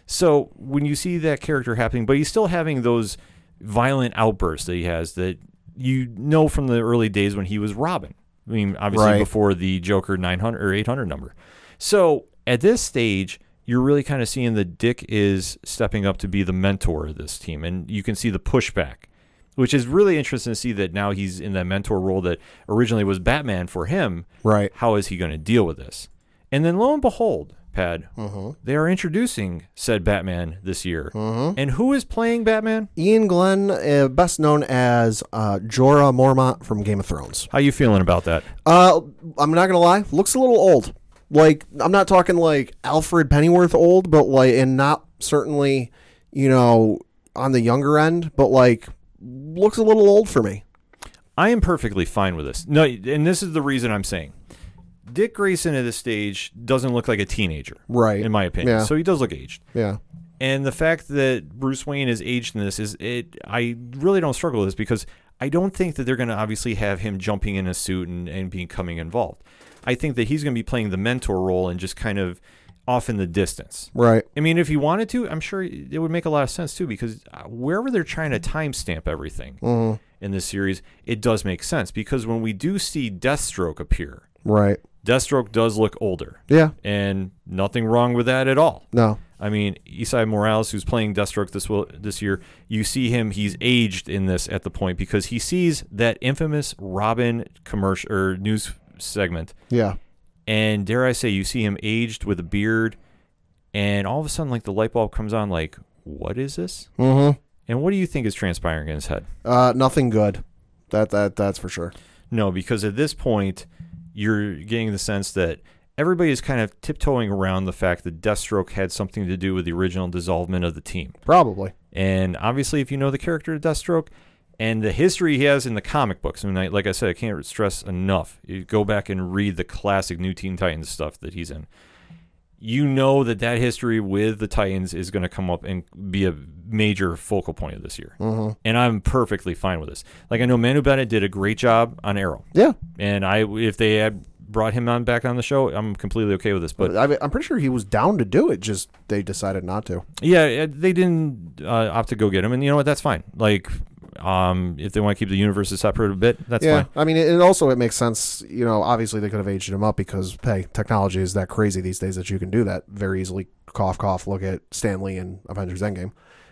So when you see that character happening, but he's still having those violent outbursts that he has that you know from the early days when he was Robin. I mean, obviously Right. before the Joker 900 or 800 number. So at this stage, you're really kind of seeing that Dick is stepping up to be the mentor of this team, and you can see the pushback, which is really interesting to see that now he's in that mentor role that originally was Batman for him. Right. How is he going to deal with this? And then lo and behold, Pad, Mm-hmm. they are introducing said Batman this year. Mm-hmm. And who is playing Batman? Ian Glenn, uh, best known as uh, Jorah Mormont from Game of Thrones. How you feeling about that? Uh, I'm not gonna lie, looks a little old. Like I'm not talking like Alfred Pennyworth old, but like and not certainly, you know, on the younger end, but like looks a little old for me. I am perfectly fine with this. No, and this is the reason I'm saying Dick Grayson at this stage doesn't look like a teenager, Right. In my opinion, Yeah. so he does look aged. Yeah. And the fact that Bruce Wayne is aged in this is it. I really don't struggle with this because I don't think that they're going to obviously have him jumping in a suit and, and becoming involved. I think that he's going to be playing the mentor role and just kind of off in the distance. Right. I mean, if he wanted to, I'm sure it would make a lot of sense too, because uh, wherever they're trying to timestamp everything in this series, it does make sense. Because when we do see Deathstroke appear, Right. Deathstroke does look older, Yeah. and nothing wrong with that at all. No. I mean, Isai Morales, who's playing Deathstroke this will, this year, you see him. He's aged in this at the point because he sees that infamous Robin commercial or news segment Yeah. and dare I say, you see him aged with a beard, and all of a sudden, like the light bulb comes on, like, what is this? Mm-hmm. And what do you think is transpiring in his head? Uh, nothing good. That that that's for sure. No, because at this point, you're getting the sense that everybody is kind of tiptoeing around the fact that Deathstroke had something to do with the original dissolvement of the team. Probably. And obviously, if you know the character of Deathstroke and the history he has in the comic books, and I, like I said, I can't stress enough. You go back and read the classic New Teen Titans stuff that he's in. You know that that history with the Titans is going to come up and be a major focal point of this year. And I'm perfectly fine with this. Like I know Manu Bennett did a great job on Arrow, Yeah. and I if they had brought him on back on the show, I'm completely okay with this. But I mean, I'm pretty sure he was down to do it. Just they decided not to. Yeah, uh, they didn't uh, opt to go get him, and you know what? That's fine. Like, um, if they want to keep the universes separate a bit, that's yeah, fine. I mean, it, it also it makes sense. You know, obviously they could have aged him up because hey, technology is that crazy these days that you can do that very easily. Cough, cough. Look at Stanley and Avengers Endgame.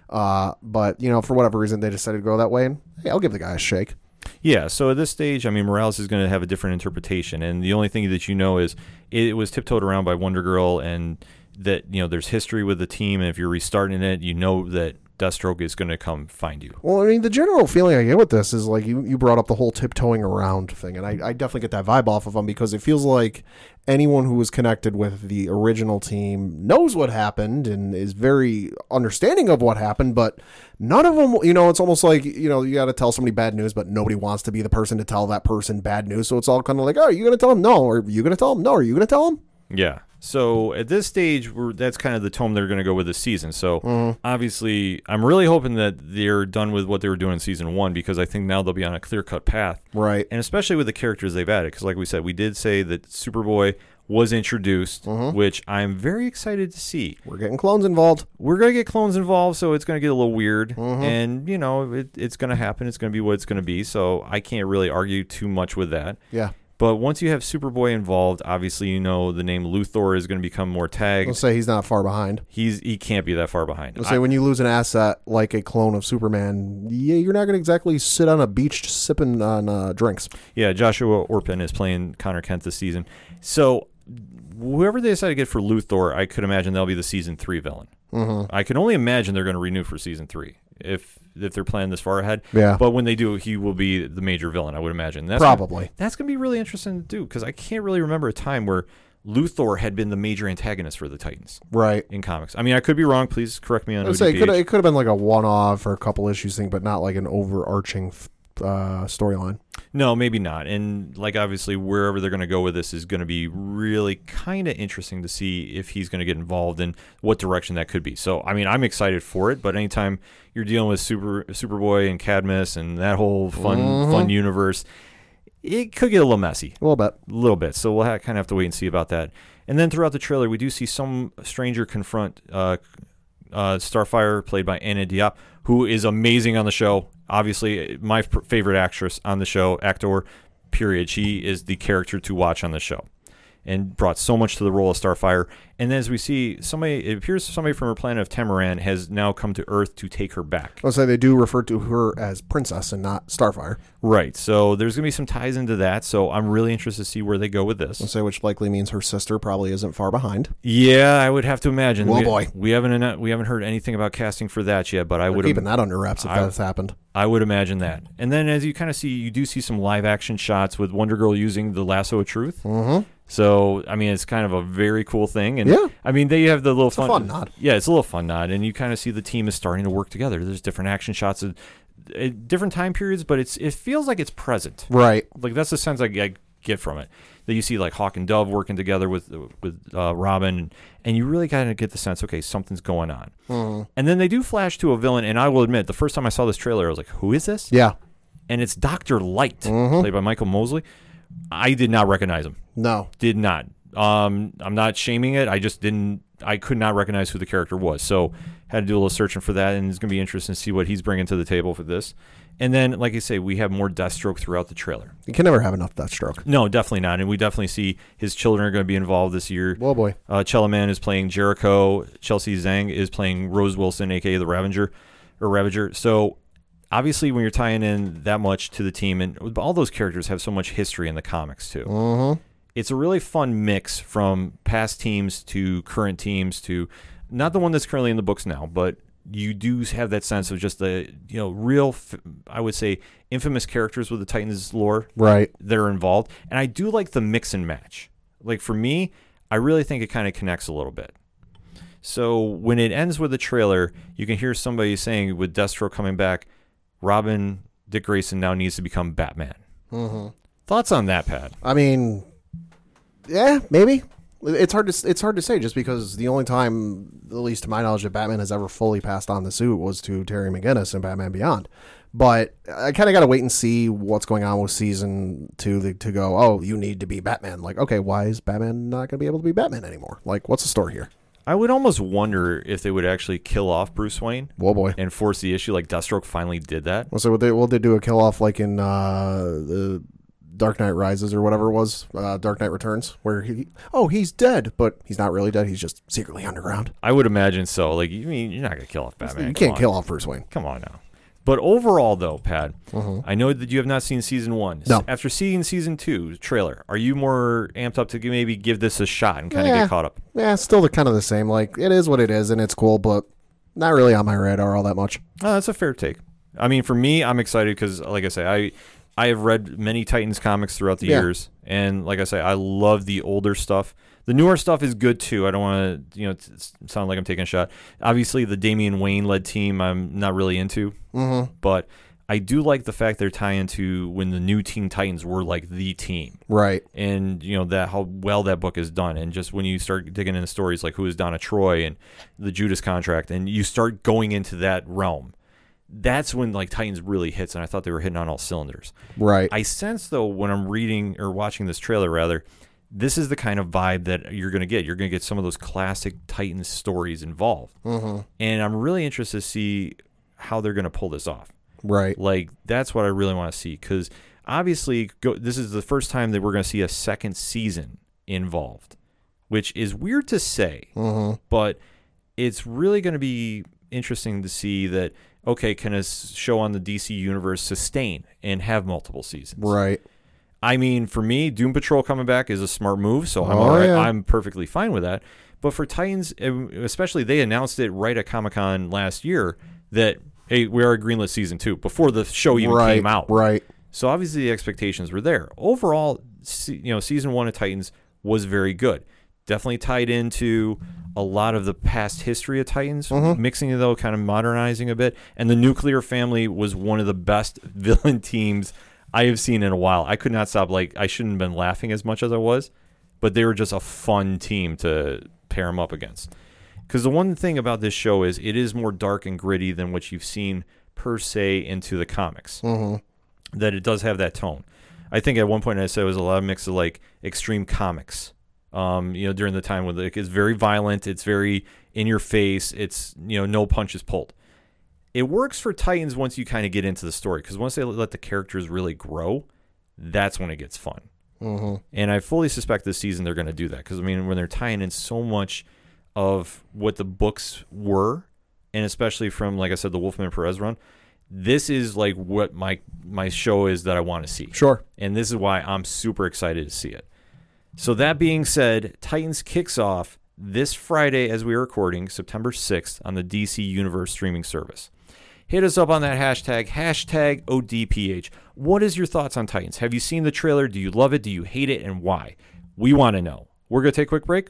Uh, but you know, for whatever reason, they decided to go that way, and hey, I'll give the guy a shake. Yeah. So at this stage, I mean, Morales is going to have a different interpretation, and the only thing that you know is it was tiptoed around by Wonder Girl, and that you know there's history with the team, and if you're restarting it, you know that Deathstroke is going to come find you. Well, I mean, the general feeling I get with this is like you, you brought up the whole tiptoeing around thing, and I, I definitely get that vibe off of them because it feels like anyone who was connected with the original team knows what happened and is very understanding of what happened, but none of them, you know, it's almost like, you know, you got to tell somebody bad news, but nobody wants to be the person to tell that person bad news. So it's all kind of like, oh, are you going to tell him no? Are you going to tell him no? Are you going to tell him? Yeah. So at this stage, we're, that's kind of the tone they're going to go with this season. So obviously, I'm really hoping that they're done with what they were doing in season one because I think now they'll be on a clear cut path. Right. And especially with the characters they've added. Because, like we said, we did say that Superboy was introduced, which I'm very excited to see. We're getting clones involved. We're going to get clones involved, so it's going to get a little weird. And, you know, it, it's going to happen. It's going to be what it's going to be. So I can't really argue too much with that. Yeah. But once you have Superboy involved, obviously you know the name Luthor is going to become more Let's tagged. say he's not far behind. He's he can't be that far behind. Let's say when you lose an asset like a clone of Superman, yeah, you're not going to exactly sit on a beach sipping on uh, drinks. I- yeah, Joshua Orpin is playing Connor Kent this season. So whoever they decide to get for Luthor, I could imagine that'll be the season three villain. Mm-hmm. I can only imagine they're going to renew for season three if if they're planning this far ahead. Yeah. But when they do, he will be the major villain. I would imagine. That's gonna- Probably. that's going to be really interesting to do because I can't really remember a time where Luthor had been the major antagonist for the Titans. Right. in comics. I mean, I could be wrong. Please correct me on Let's say it could ODPH. it could have been like a one off or a couple issues thing, but not like an overarching uh, storyline. No, maybe not. And like obviously, wherever they're going to go with this is going to be really kind of interesting to see if he's going to get involved and what direction that could be. So, I mean, I'm excited for it. But anytime you're dealing with Super Superboy and Cadmus and that whole fun fun universe. it could get a little messy A little bit. a little bit. So we'll ha- kind of have to wait and see about that. And then throughout the trailer, we do see some stranger confront uh, uh, Starfire, played by Anna Diop, who is amazing on the show. Obviously, my f- favorite actress on the show, actor, period. She is the character to watch on the show and brought so much to the role of Starfire. And as we see, somebody, it appears somebody from her planet of Tamaran has now come to Earth to take her back. I'll say they do refer to her as Princess and not Starfire. Right. So there's going to be some ties into that. So I'm really interested to see where they go with this. I'll say which likely means her sister probably isn't far behind. Yeah, I would have to imagine. Well, we, boy. we haven't ana- we haven't heard anything about casting for that yet, but I would Keeping im- that under wraps if I- that's happened. I would imagine that. And then as you kind of see, you do see some live action shots with Wonder Girl using the lasso of truth. Mm-hmm. So I mean, it's kind of a very cool thing. And Yeah. I mean, they have the little fun, fun nod. Yeah, it's a little fun nod, and you kind of see the team is starting to work together. There's different action shots at, at different time periods, but it's it feels like it's present Right. like that's the sense I, I get from it that you see like Hawk and Dove working together with with uh, Robin, and you really kind of get the sense okay something's going on. And then they do flash to a villain, and I will admit the first time I saw this trailer, I was like, who is this? Yeah. And it's Doctor Light, played by Michael Mosley. I did not recognize him. No. Did not. Um, I'm not shaming it. I just didn't. I could not recognize who the character was, so had to do a little searching for that, and it's gonna be interesting to see what he's bringing to the table for this. And then, like I say, we have more Deathstroke throughout the trailer. You can never have enough Deathstroke. No, definitely not. And we definitely see his children are going to be involved this year. Well, Oh, boy. Uh, Chellaman is playing Jericho. Chelsea Zhang is playing Rose Wilson, aka the Ravager, or Ravager. So obviously, when you're tying in that much to the team, and all those characters have so much history in the comics too. It's a really fun mix from past teams to current teams to not the one that's currently in the books now, but you do have that sense of just the you know real, f- I would say, infamous characters with the Titans lore Right. that are involved. And I do like the mix and match. Like for me, I really think it kind of connects a little bit. So when it ends with a trailer, you can hear somebody saying with Destro coming back, Robin Dick Grayson now needs to become Batman. Mm-hmm. Thoughts on that, Pat? I mean, yeah, maybe. It's hard to it's hard to say just because the only time, at least to my knowledge, that Batman has ever fully passed on the suit was to Terry McGinnis in Batman Beyond. But I kind of got to wait and see what's going on with season two to, to go. Oh, you need to be Batman. Like, okay, why is Batman not going to be able to be Batman anymore? Like, what's the story here? I would almost wonder if they would actually kill off Bruce Wayne Well, boy. and force the issue like Deathstroke finally did that. Well, so what they what they do a kill off like in uh, the Dark Knight Rises or whatever it was, uh, Dark Knight Returns, where he oh he's dead, but he's not really dead. He's just secretly underground. I would imagine so. Like you mean you're not gonna kill off Batman. you Come can't on. kill off Bruce Wayne. Come on now. But overall, though, Pat, I know that you have not seen season one. Mm-hmm. No. After seeing season two trailer, are you more amped up to g- maybe give this a shot and kind of Yeah. get caught up? Yeah, it's still the kind of the same. Like it is what it is, and it's cool, but not really on my radar all that much. No, that's a fair take. I mean, for me, I'm excited because, like I say, I I have read many Titans comics throughout the Yeah. years, and like I say, I love the older stuff. The newer stuff is good too. I don't want to, you know, t- s- sound like I'm taking a shot. Obviously, the Damian Wayne led team, I'm not really into, mm-hmm. but I do like the fact they're tying to when the new Teen Titans were like the team Right. and you know that how well that book is done and just when you start digging into stories like who is donna troy and the judas contract and you start going into that realm that's when like titans really hits and i thought they were hitting on all cylinders Right. i sense though when i'm reading or watching this trailer rather this is the kind of vibe that you're going to get you're going to get some of those classic titans stories involved mm-hmm. and i'm really interested to see how they're going to pull this off right. like that's what I really want to see because obviously go, this is the first time that we're going to see a second season involved, which is weird to say, but it's really going to be interesting to see that. Okay, can a s- show on the DC universe sustain and have multiple seasons? Right. I mean, for me, Doom Patrol coming back is a smart move, so I'm Oh, all right. yeah. I'm perfectly fine with that. But for Titans, um, especially, they announced it right at Comic Con last year that hey, we are greenlit season two before the show even right. came out. Right. So obviously the expectations were there. Overall, se- you know, season one of Titans was very good. Definitely tied into a lot of the past history of Titans, mixing it though, kind of modernizing a bit. And the nuclear family was one of the best villain teams I have seen in a while. I could not stop like I shouldn't have been laughing as much as I was, but they were just a fun team to pair them up against. Because the one thing about this show is it is more dark and gritty than Mm-hmm, what you've seen per se into the comics that it does have that tone. I think at one point I said it was a lot of mix of like extreme comics. Um, you know, during the time when like, it's very violent, it's very in your face, it's you know no punches pulled. It works for Titans once you kind of get into the story because once they let the characters really grow, that's when it gets fun. mm-hmm. And I fully suspect this season they're going to do that because I mean when they're tying in so much of what the books were, and especially from like I said the Wolfman Perez run, this is like what my my show is that I want to see. Sure. And this is why I'm super excited to see it. So that being said, Titans kicks off this Friday as we are recording, September 6th on the DC Universe streaming service. Hit us up on that hashtag, hashtag ODPH. What is your thoughts on Titans? Have you seen the trailer? Do you love it? Do you hate it? And why? We want to know. We're going to take a quick break.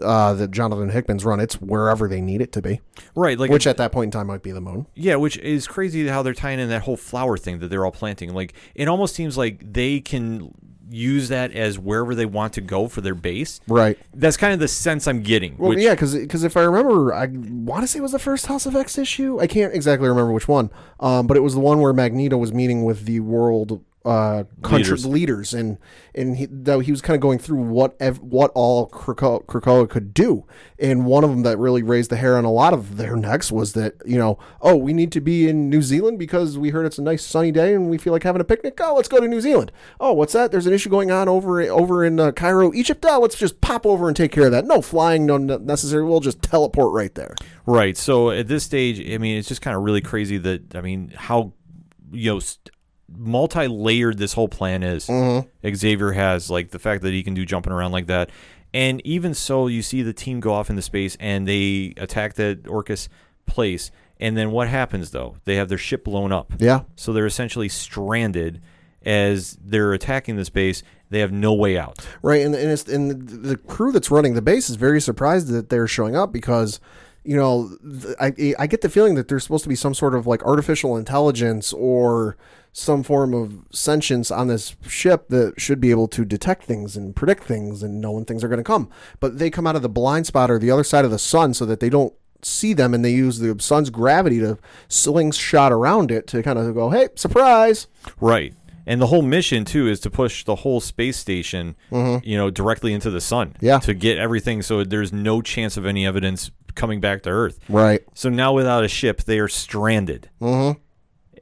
uh, the Jonathan Hickman's run, it's wherever they need it to be, Right, like which at that point in time might be the moon. Yeah, which is crazy how they're tying in that whole flower thing that they're all planting. Like it almost seems like they can use that as wherever they want to go for their base. Right. That's kind of the sense I'm getting. Well, which- yeah, because if I remember, I want to say it was the first House of X issue. I can't exactly remember which one, um, but it was the one where Magneto was meeting with the world uh, country Leaders. leaders, and and he, though he was kind of going through what ev- what all Krakoa, Krakoa could do, and one of them that really raised the hair on a lot of their necks was that you know, oh, we need to be in New Zealand because we heard it's a nice sunny day and we feel like having a picnic. Oh, let's go to New Zealand. Oh, what's that? There's an issue going on over over in uh, Cairo, Egypt. Oh, let's just pop over and take care of that. No flying, no n- necessary. We'll just teleport right there. Right. So at this stage, I mean, it's just kind of really crazy that I mean how you know st- multi-layered this whole plan is. Xavier has like the fact that he can do jumping around like that, and even so, you see the team go off into space and they attack that Orcus place. And then what happens though? They have their ship blown up. Yeah. So they're essentially stranded as they're attacking this base. They have no way out. right? And and, it's, and the crew that's running the base is very surprised that they're showing up because you know, th- I I get the feeling that there's supposed to be some sort of like artificial intelligence or some form of sentience on this ship that should be able to detect things and predict things and know when things are going to come. But they come out of the blind spot or the other side of the sun so that they don't see them and they use the sun's gravity to slingshot around it to kind of go, hey, surprise. Right. And the whole mission too is to push the whole space station, you know, directly into the sun. Mm-hmm. Yeah. To get everything, so there's no chance of any evidence coming back to Earth. Right. So now, without a ship, they are stranded. Mm-hmm.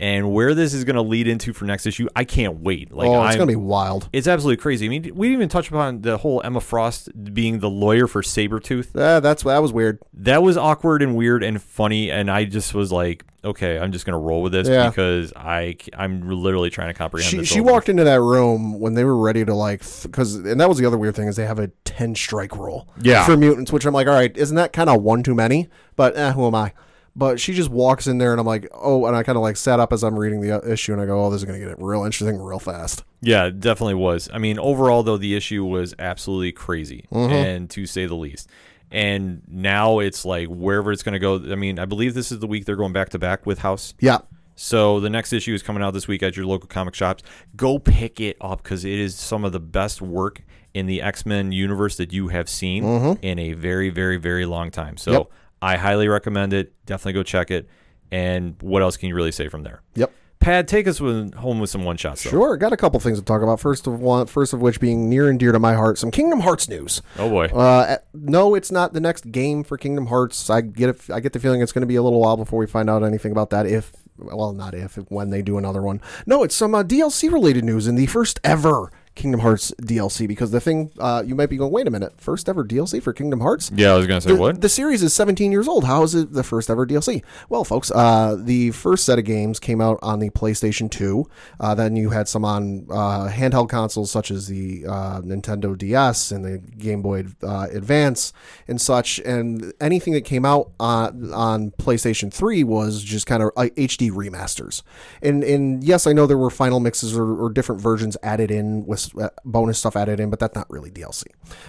And where this is going to lead into for next issue, I can't wait. Like, oh, I'm- it's going to be wild. It's absolutely crazy. I mean, we didn't even touch upon the whole Emma Frost being the lawyer for Sabretooth. Uh, that's that was weird. That was awkward and weird and funny, and I just was like, okay, I'm just gonna roll with this Yeah. because I c- I'm literally trying to comprehend. She this she whole thing. walked into that room when they were ready to like because and that was the other weird thing is they have a ten strike rule Yeah. for mutants, which I'm like, all right, isn't that kind of one too many? But eh, who am I? But she just walks in there and I'm like, oh, and I kind of like sat up as I'm reading the uh, issue and I go, oh, this is gonna get real interesting real fast. Yeah, it definitely was. I mean, overall though, the issue was absolutely crazy, Mm-hmm. and to say the least. And now it's like wherever it's gonna go. I mean, I believe this is the week they're going back to back with House. Yeah, So the next issue is coming out this week at your local comic shops. Go pick it up because it is some of the best work in the X Men universe that you have seen in a very, very, very long time. So Mm-hmm. Yep. I highly recommend it. Definitely go check it. And what else can you really say from there? yep. Pad, take us with, home with some one shots. though. Sure, got a couple things to talk about. First of one, first of which being near and dear to my heart, some Kingdom Hearts news. Oh boy. Uh, no, it's not the next game for Kingdom Hearts. I get it, I get the feeling it's going to be a little while before we find out anything about that. If well, not if when they do another one. No, it's some uh, DLC related news in the first ever Kingdom Hearts DLC because the thing uh, you might be going, wait a minute, first ever DLC for Kingdom Hearts? yeah, I was gonna say the, what? the series is 17 years old. How is it the first ever DLC? Well, folks, uh, the first set of games came out on the PlayStation 2. Uh, then you had some on uh, handheld consoles such as the uh, Nintendo DS and the Game Boy uh, Advance and such. And anything that came out uh, on PlayStation 3 was just kind of uh, HD remasters. And and yes, I know there were final mixes or, or different versions added in with uh, bonus stuff added in, but that's not really DLC.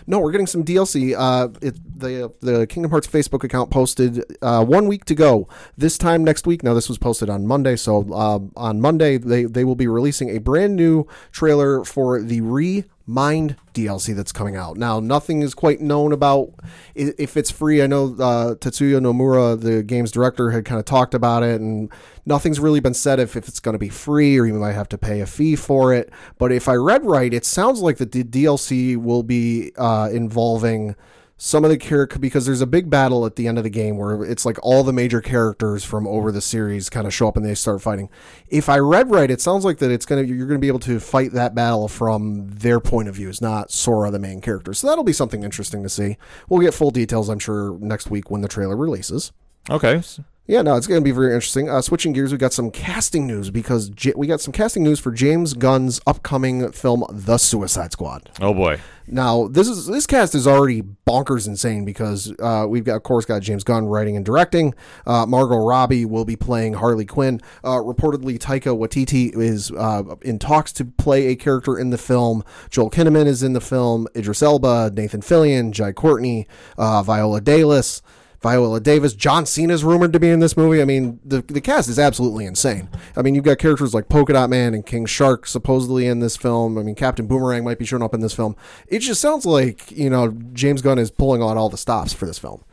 No, we're getting some DLC. Uh, it, the the Kingdom Hearts Facebook account posted uh, one week to go. This time next week. Now this was posted on Monday, so uh, on Monday they they will be releasing a brand new trailer for the re. Mind DLC that's coming out now. Nothing is quite known about i- if it's free. I know uh, Tetsuya Nomura, the game's director, had kind of talked about it, and nothing's really been said if, if it's going to be free or you might have to pay a fee for it. But if I read right, it sounds like the D- DLC will be uh, involving some of the character because there's a big battle at the end of the game where it's like all the major characters from over the series kind of show up and they start fighting. If I read right, it sounds like that it's gonna you're gonna be able to fight that battle from their point of views, not Sora the main character. So that'll be something interesting to see. We'll get full details, I'm sure, next week when the trailer releases. Okay. s- Yeah, no, it's going to be very interesting. Uh, switching gears, we got some casting news because J- we got some casting news for James Gunn's upcoming film, The Suicide Squad. Oh boy. Now, this is this cast is already bonkers insane because uh, we've got, of course, got James Gunn writing and directing. Uh, Margot Robbie will be playing Harley Quinn. Uh, reportedly, Taika Waititi is uh, in talks to play a character in the film. Joel Kinnaman is in the film. Idris Elba, Nathan Fillion, Jai Courtney, uh, Viola Davis. Viola Davis, John Cena is rumored to be in this movie. I mean, the the cast is absolutely insane. I mean, you've got characters like Polka Dot Man and King Shark supposedly in this film. I mean, Captain Boomerang might be showing up in this film. It just sounds like you know James Gunn is pulling on all the stops for this film.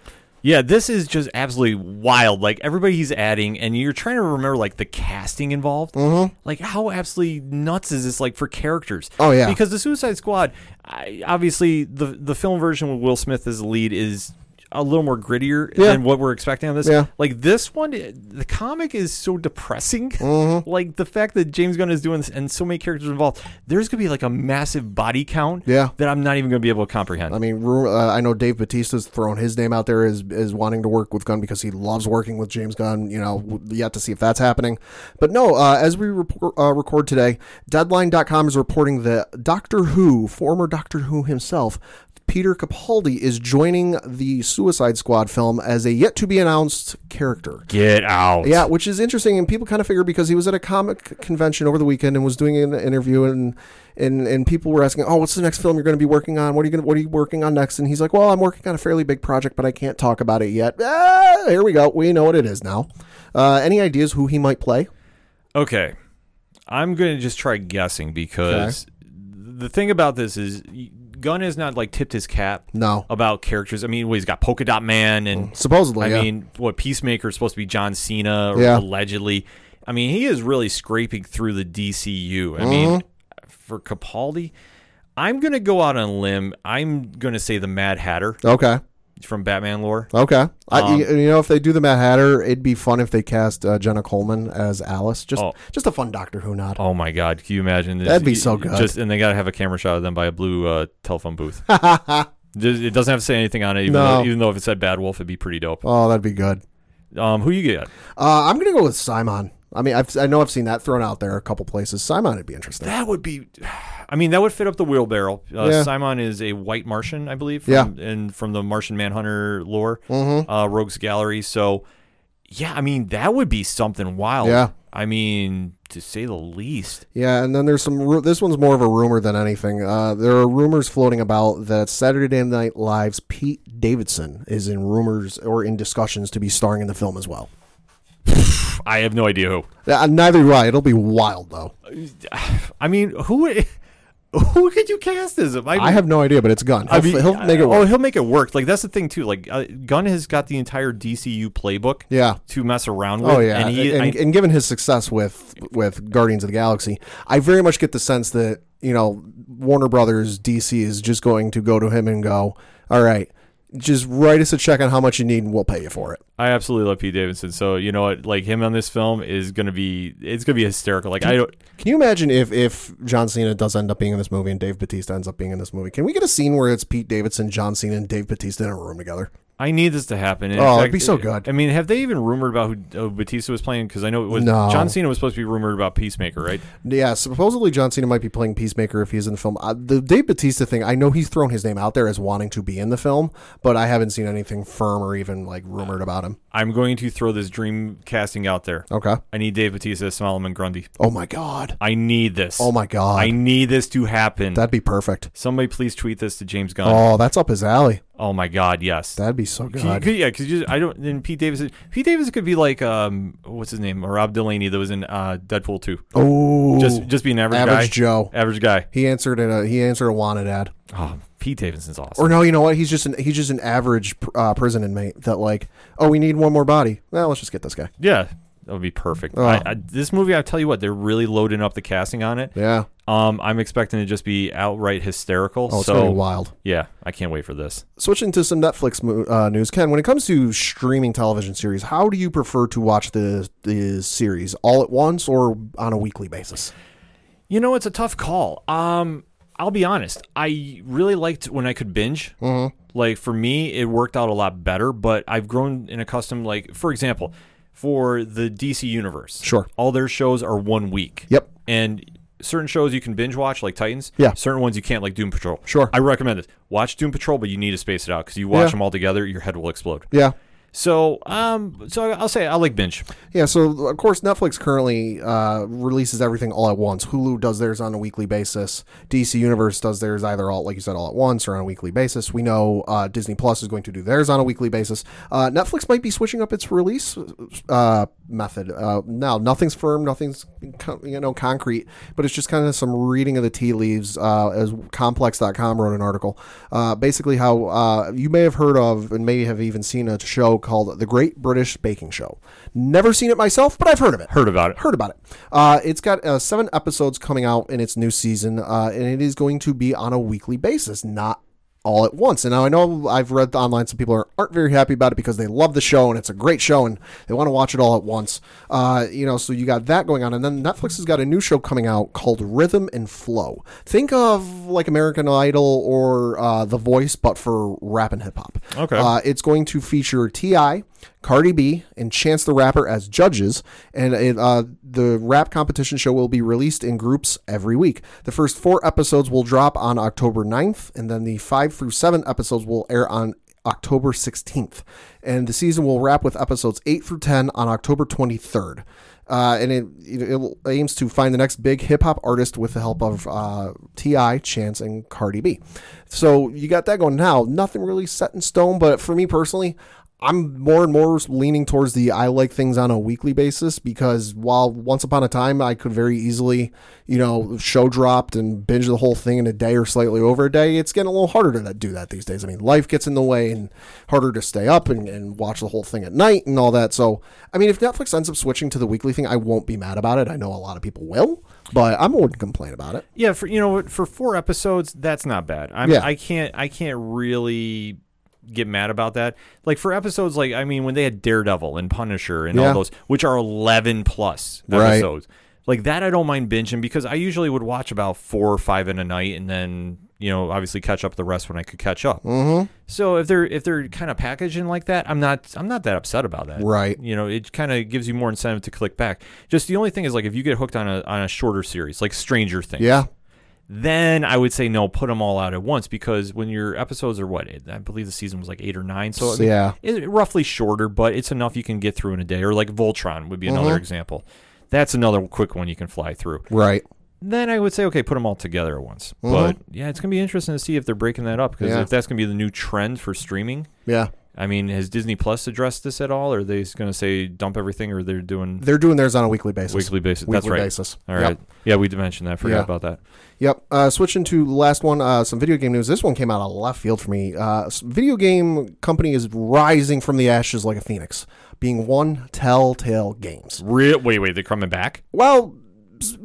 Yeah, this is just absolutely wild. Like everybody he's adding, and you're trying to remember like the casting involved. Mm-hmm. Like how absolutely nuts is this? Like for characters. Oh, yeah. Because the Suicide Squad, I, obviously the the film version with Will Smith as the lead is a little more grittier Yeah. than what we're expecting on this. Yeah. Like this one, the comic is so depressing. Mm-hmm. like the fact that James Gunn is doing this and so many characters involved. There's gonna be like a massive body count. Yeah. That I'm not even gonna be able to comprehend. I mean, ru- uh, I know Dave Batista's thrown his name out there as as wanting to work with Gunn because he loves working with James Gunn. You know, w- yet to see if that's happening. But no, uh, as we report, uh, record today, Deadline.com is reporting that Doctor Who, former Doctor Who himself, Peter Capaldi is joining the Suicide Squad film as a yet to be announced character. Get out. Yeah, which is interesting, and people kind of figure because he was at a comic convention over the weekend and was doing an interview, and and and people were asking, "Oh, what's the next film you're going to be working on? What are you going? to What are you working on next?" And he's like, "Well, I'm working on a fairly big project, but I can't talk about it yet." Ah, here we go. We know what it is now. Uh, any ideas who he might play? Okay. I'm going to just try guessing because the thing about this is y- Gunn has not like tipped his cap No, about characters. I mean, well, he's got Polka Dot Man and supposedly. Oh, I yeah. mean, what Peacemaker is supposed to be John Cena or Yeah. allegedly. I mean, he is really scraping through the DCU. I mean, Mm-hmm. for Capaldi, I'm going to go out on a limb. I'm going to say the Mad Hatter okay, from Batman lore. okay. I, Um, you, you know, if they do the Mad Hatter, it'd be fun if they cast uh, Jenna Coleman as Alice. Just Oh. just a fun Doctor Who nod. Oh my God! Can you imagine this? That'd be so good. Just and they gotta have a camera shot of them by a blue uh, telephone booth. Just- it doesn't have to say anything on it, even, No. though, even though if it said Bad Wolf, it'd be pretty dope. oh that'd be good. Um, who you get? Uh, I'm gonna go with Simon. I mean, I've, I know I've seen that thrown out there a couple places. Simon would be interesting. That would be, I mean, that would fit up the wheelbarrow. Uh, Yeah. Simon is a white Martian, I believe. From, Yeah. Mm-hmm. and from the Martian Manhunter lore, uh, Rogues Gallery. So, yeah, I mean, that would be something wild. Yeah. I mean, to say the least. Yeah, and then there's some. Ru- this one's more of a rumor than anything. Uh, there are rumors floating about that Saturday Night Live's Pete Davidson is in rumors or in discussions to be starring in the film as well. I have no idea who. Uh, neither do I. It'll be wild though. I mean, who, who could you cast as him? I, I have no idea, but it's Gunn. He'll, f- he'll make it Oh, work. he'll make it work. Like that's the thing too. Like uh, Gunn has got the entire DCU playbook. Yeah. To mess around with. Oh yeah, And, he, and, I- and given his success with with Guardians of the Galaxy, I very much get the sense that you know Warner Brothers DC is just going to go to him and go, all right, just write us a check on how much you need and we'll pay you for it. I absolutely love Pete Davidson. So you know what, like him on this film is gonna be it's gonna be hysterical. Like I don't. Can you imagine if if John Cena does end up being in this movie and Dave Batista ends up being in this movie? Can we get a scene where it's Pete Davidson, John Cena, and Dave Batista in a room together? I need this to happen. In uh, Oh, it'd be so good. I mean, have they even rumored about who uh, Batista was playing? Because I know it was No. John Cena was supposed to be rumored about Peacemaker, right? Yeah, supposedly John Cena might be playing Peacemaker if he's in the film. Uh, the Dave Batista thing, I know he's thrown his name out there as wanting to be in the film, but I haven't seen anything firm or even like rumored about him. I'm going to throw this dream casting out there. Okay. I need Dave Batista, as Solomon Grundy. Oh my god. I need this. Oh my god. I need this to happen. That'd be perfect. Somebody please tweet this to James Gunn. Oh, Oh, that's up his alley. my God, yes. That'd be so Could you- good. could- yeah, because you I don't. Then Pete Davidson. Pete Davidson could be like um, what's his name? Rob Delaney that was in uh, Deadpool two. Oh, just just be an average, average guy. Joe. Average guy. He answered in a he answered a wanted ad. Oh, Pete Davidson's awesome. Or no, you know what? He's just an he's just an average pr- uh, prison inmate that like, oh, we need one more body. Well, let's just get this guy. yeah, that would be perfect. Oh. I, I, this movie, I tell you what, they're really loading up the casting on it. Yeah. Um, I'm expecting to just be outright hysterical. Oh, it's gonna so be wild. yeah, I can't wait for this. Switching to some Netflix mo- uh, news, Ken. When it comes to streaming television series, how do you prefer to watch the the series all at once or on a weekly basis? You know, it's a tough call. Um, I'll be honest. I really liked when I could binge. Mm-hmm. Like for me, it worked out a lot better. But I've grown in accustomed. Like for example, for the DC universe, Sure. all their shows are one week. Yep. and certain shows you can binge watch like Titans. Yeah. certain ones you can't like Doom Patrol. Sure. I recommend this. Watch Doom Patrol, but you need to space it out because you watch Yeah. them all together, your head will explode. Yeah. So, um, so I'll say I like binge. Yeah, so of course Netflix currently uh, releases everything all at once. Hulu does theirs on a weekly basis. DC Universe does theirs either all, like you said, all at once or on a weekly basis. We know uh, Disney Plus is going to do theirs on a weekly basis. Uh, Netflix might be switching up its release uh, method. Uh, now, nothing's firm, nothing's con- you know concrete, but it's just kind of some reading of the tea leaves. Uh, as Complex.com wrote an article, uh, basically how uh, you may have heard of and may have even seen a show called The Great British Baking Show. Never seen it myself, but I've heard of it. Heard about it. Heard about it. Uh, it's got uh, seven episodes coming out in its new season, uh, and it is going to be on a weekly basis, not all at once. And now I know I've read online some people are, aren't very happy about it because they love the show and it's a great show and they want to watch it all at once. Uh, you know, so you got that going on, and then Netflix has got a new show coming out called Rhythm and Flow. Think of like American Idol or uh, The Voice, but for rap and hip hop. Okay. Uh, it's going to feature Ti. Cardi B, and Chance the Rapper as judges, and it, uh, the rap competition show will be released in groups every week. The first four episodes will drop on October 9th, and then the five through seven episodes will air on October 16th. And the season will wrap with episodes 8 through 10 on October 23rd. Uh, and it, it aims to find the next big hip hop artist with the help of uh, T.I., Chance, and Cardi B. So you got that going now. Nothing really set in stone, but for me personally, I'm more and more leaning towards the I like things on a weekly basis because while once upon a time I could very easily, you know, show dropped and binge the whole thing in a day or slightly over a day, it's getting a little harder to do that these days. I mean, life gets in the way and harder to stay up and, and watch the whole thing at night and all that. So, I mean, if Netflix ends up switching to the weekly thing, I won't be mad about it. I know a lot of people will, but I wouldn't complain about it. Yeah, for you know, what, for four episodes, that's not bad. I'm, Yeah. I can't, I can't really get mad about that. Like for episodes, like I mean, when they had Daredevil and Punisher and Yeah. all those, which are eleven plus Right. episodes, like that, I don't mind binging because I usually would watch about four or five in a night, and then you know, obviously catch up the rest when I could catch up. Mm-hmm. So if they're if they're kind of packaging like that, I'm not I'm not that upset about that. Right. You know, it kind of gives you more incentive to click back. Just the only thing is like if you get hooked on a on a shorter series like Stranger Things Yeah. then I would say no, put them all out at once because when your episodes are what I believe the season was like eight or nine, so I mean, Yeah. it, roughly shorter, but it's enough you can get through in a day. Or like Voltron would be another Mm-hmm. example. That's another quick one you can fly through. Right. Then I would say okay, put them all together at once. But yeah, it's gonna be interesting to see if they're breaking that up because Mm-hmm. Yeah. if that's gonna be the new trend for streaming. Yeah. I mean, has Disney Plus addressed this at all? Or are they just going to say dump everything, or they're doing They're doing theirs on a weekly basis. weekly basis? That's Weekly right. basis. All Yep. right. Yeah, we did mention that. I forgot Yeah. about that. Yep. Uh, switching to the last one, uh, some video game news. This one came out of left field for me. Uh, s- video game company is rising from the ashes like a phoenix, being one Telltale Games. Real, wait, wait, they're coming back. Well, uh,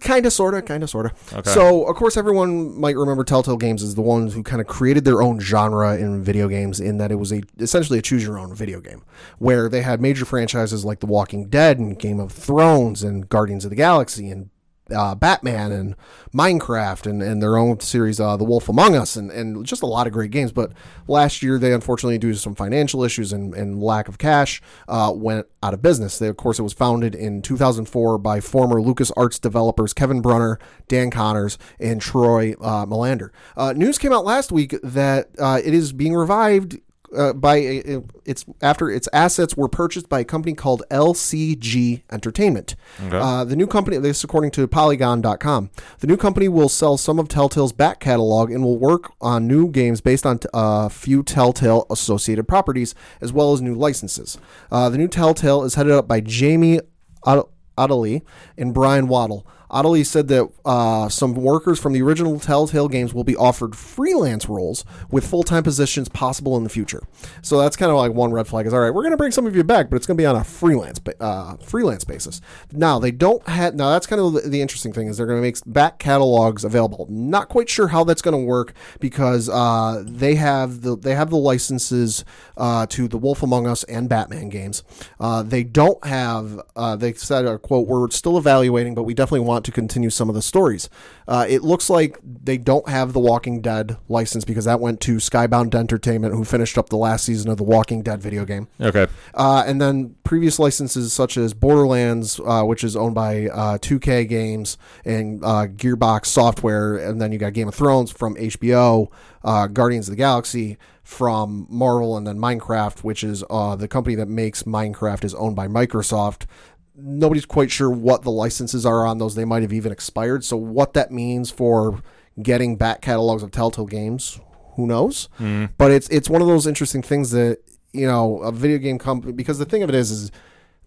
kind of, sort of, kind of, sort of. Okay. So, of course, everyone might remember Telltale Games as the ones who kind of created their own genre in video games, in that it was a essentially a choose-your-own video game, where they had major franchises like The Walking Dead and Game of Thrones and Guardians of the Galaxy and uh, Batman and Minecraft and, and their own series, uh, The Wolf Among Us, and, and just a lot of great games. But last year, they unfortunately, due to some financial issues and, and lack of cash, uh, went out of business. They, of course, it was founded in 2004 by former LucasArts developers Kevin Brunner, Dan Connors, and Troy uh, Melander. Uh, news came out last week that uh, it is being revived. Uh, by a, a- its after its assets were purchased by a company called LCG Entertainment. Uh, the new company, this is according to Polygon.com, the new company will sell some of Telltale's back catalog and will work on new games based on a few Telltale associated properties as well as new licenses. Uh, the new Telltale is headed up by Jamie Ott- Ottilie and Brian Waddle. Ottilie said that uh, some workers from the original Telltale games will be offered freelance roles with full time positions possible in the future. So that's kind of like one red flag is all right, we're going to bring some of you back, but it's going to be on a freelance ba- uh, freelance basis. Now, they don't have, now that's kind of the, the interesting thing is they're going to make back catalogs available. Not quite sure how that's going to work because uh, they have the they have the licenses uh, to the Wolf Among Us and Batman games. Uh, they don't have uh, they said uh, quote we're still evaluating, but we definitely want to continue some of the stories. Uh, it looks like they don't have the Walking Dead license because that went to Skybound Entertainment, who finished up the last season of the Walking Dead video game. Okay. Uh, and then previous licenses such as Borderlands, uh, which is owned by uh, 2K Games and uh, Gearbox Software, and then you got Game of Thrones from HBO, uh, Guardians of the Galaxy from Marvel, and then Minecraft, which is uh, the company that makes Minecraft, is owned by Microsoft. Nobody's quite sure what the licenses are on those. They might have even expired. So what that means for getting back catalogs of Telltale games, who knows? But it's it's one of those interesting things that you know a video game company because the thing of it is is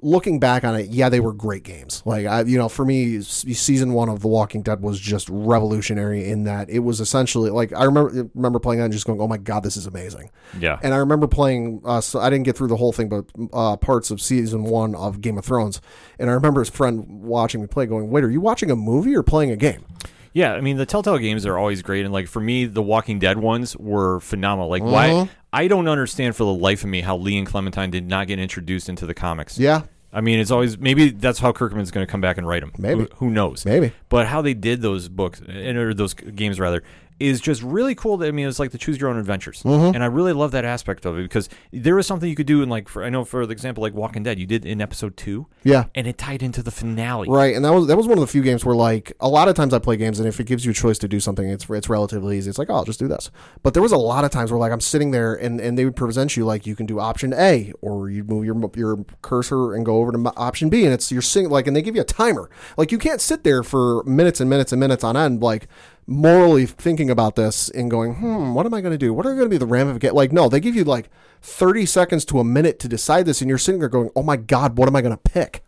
looking back on it, yeah, they were great games. Like I, you know, for me, s- season one of The Walking Dead was just revolutionary in that it was essentially like I remember remember playing that and just going, oh my god, this is amazing. Yeah. And I remember playing. Uh, so I didn't get through the whole thing, but uh, parts of season one of Game of Thrones. And I remember his friend watching me play, going, "Wait, are you watching a movie or playing a game?" Yeah, I mean the Telltale games are always great, and like for me, the Walking Dead ones were phenomenal. Like Uh-huh. why I don't understand for the life of me how Lee and Clementine did not get introduced into the comics. Yeah, I mean it's always maybe that's how Kirkman's going to come back and write them. Maybe. who, who knows? Maybe. but how they did those books and or those games rather, is just really cool. That, I mean, it's like the choose your own adventures, Mm-hmm. and I really love that aspect of it because there was something you could do in like, for, I know for the example, like Walking Dead, you did in episode two, Yeah. and it tied into the finale, Right, and that was that was one of the few games where like a lot of times I play games, and if it gives you a choice to do something, it's it's relatively easy. It's like oh, I'll just do this. But there was a lot of times where like I'm sitting there, and, and they would present you like you can do option A, or you move your your cursor and go over to mo- option B, and it's you're sitting like, and they give you a timer. Like you can't sit there for minutes and minutes and minutes on end, like morally thinking about this and going, hmm, what am I going to do? What are going to be the ramifications? Like no, they give you like 30 seconds to a minute to decide this, and you're sitting there going, oh my god, what am I going to pick?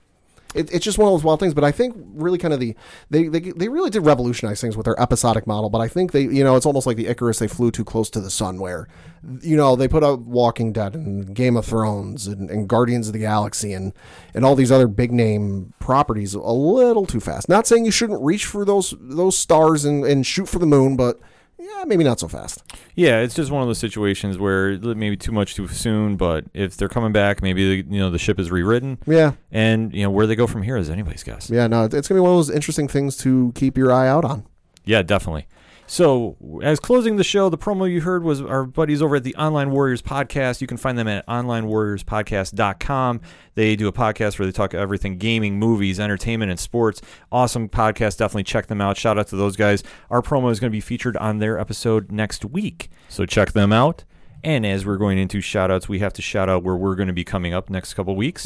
it, it's just one of those wild things. But I think really kind of the they, they they really did revolutionize things with their episodic model. But I think they you know it's almost like the Icarus they flew too close to the sun, where you know they put out Walking Dead and Game of Thrones and, and Guardians of the Galaxy and and all these other big name properties a little too fast. Not saying you shouldn't reach for those those stars and, and shoot for the moon, but yeah, maybe not so fast. Yeah, it's just one of those situations where li- maybe too much too soon. But if they're coming back, maybe the, you know the ship is rewritten. Yeah. and you know where they go from here is anybody's guess. Yeah, no, it's gonna be one of those interesting things to keep your eye out on. Yeah, definitely. So, as closing the show, the promo you heard was our buddies over at the Online Warriors podcast. You can find them at onlinewarriorspodcast.com. They do a podcast where they talk everything gaming, movies, entertainment, and sports. Awesome podcast. Definitely check them out. Shout out to those guys. Our promo is going to be featured on their episode next week. So, check them out. And as we're going into shout outs, we have to shout out where we're going to be coming up next couple weeks.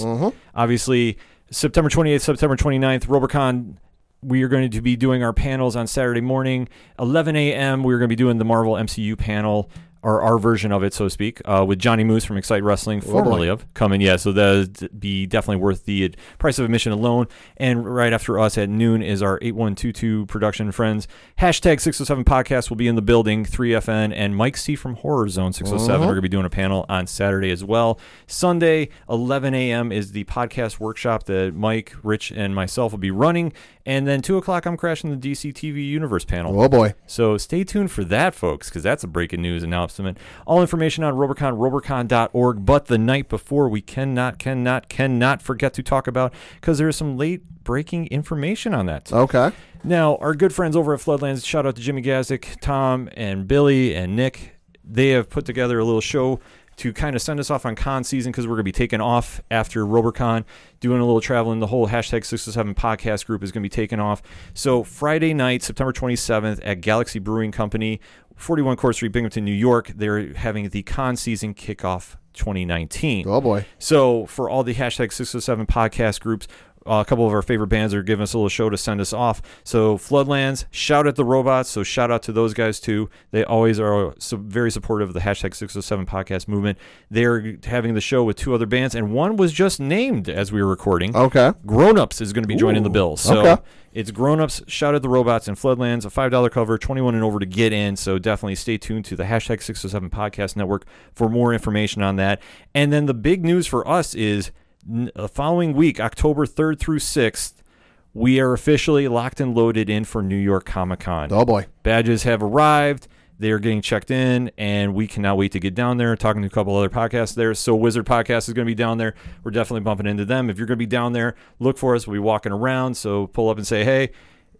Obviously, September 28th, September 29th, Robercon we are going to be doing our panels on Saturday morning, 11 a.m. We're going to be doing the Marvel MCU panel, or our version of it, so to speak, uh, with Johnny Moose from Excite Wrestling, formerly of coming. Yeah, so that'd be definitely worth the ad- price of admission alone. And right after us at noon is our 8122 production friends. Hashtag 607 podcast will be in the building, 3FN, and Mike C from Horror Zone 607 are going to be doing a panel on Saturday as well. Sunday, 11 a.m. is the podcast workshop that Mike, Rich, and myself will be running. And then 2 o'clock, I'm crashing the DC TV Universe panel. Oh boy. So stay tuned for that, folks, because that's a breaking news announcement. All information on Robercon, robercon.org. But the night before, we cannot, cannot, cannot forget to talk about because there is some late breaking information on that. Okay. Now, our good friends over at Floodlands, shout out to Jimmy Gazik, Tom, and Billy, and Nick. They have put together a little show to kind of send us off on con season because we're going to be taking off after Robercon, doing a little traveling. The whole hashtag 607 podcast group is going to be taking off. So, Friday night, September 27th, at Galaxy Brewing Company, 41 Court Street, Binghamton, New York, they're having the con season kickoff 2019. Oh boy. So for all the hashtag 607 podcast groups, uh, a couple of our favorite bands are giving us a little show to send us off. So Floodlands, shout at the robots. So shout out to those guys too. They always are so very supportive of the hashtag 607 podcast movement. They're having the show with two other bands, and one was just named as we were recording. Okay. Grown Ups is going to be joining the bill. So okay. it's Grown Ups, Shout at the Robots, and Floodlands, a $5 cover, 21 and over to get in. So definitely stay tuned to the hashtag 607 Podcast Network for more information on that. And then the big news for us is n- the following week, October 3rd through 6th, we are officially locked and loaded in for New York Comic Con. Oh boy. Badges have arrived. They are getting checked in, and we cannot wait to get down there. Talking to a couple other podcasts there. So, Wizard Podcast is going to be down there. We're definitely bumping into them. If you're going to be down there, look for us. We'll be walking around. So, pull up and say, hey,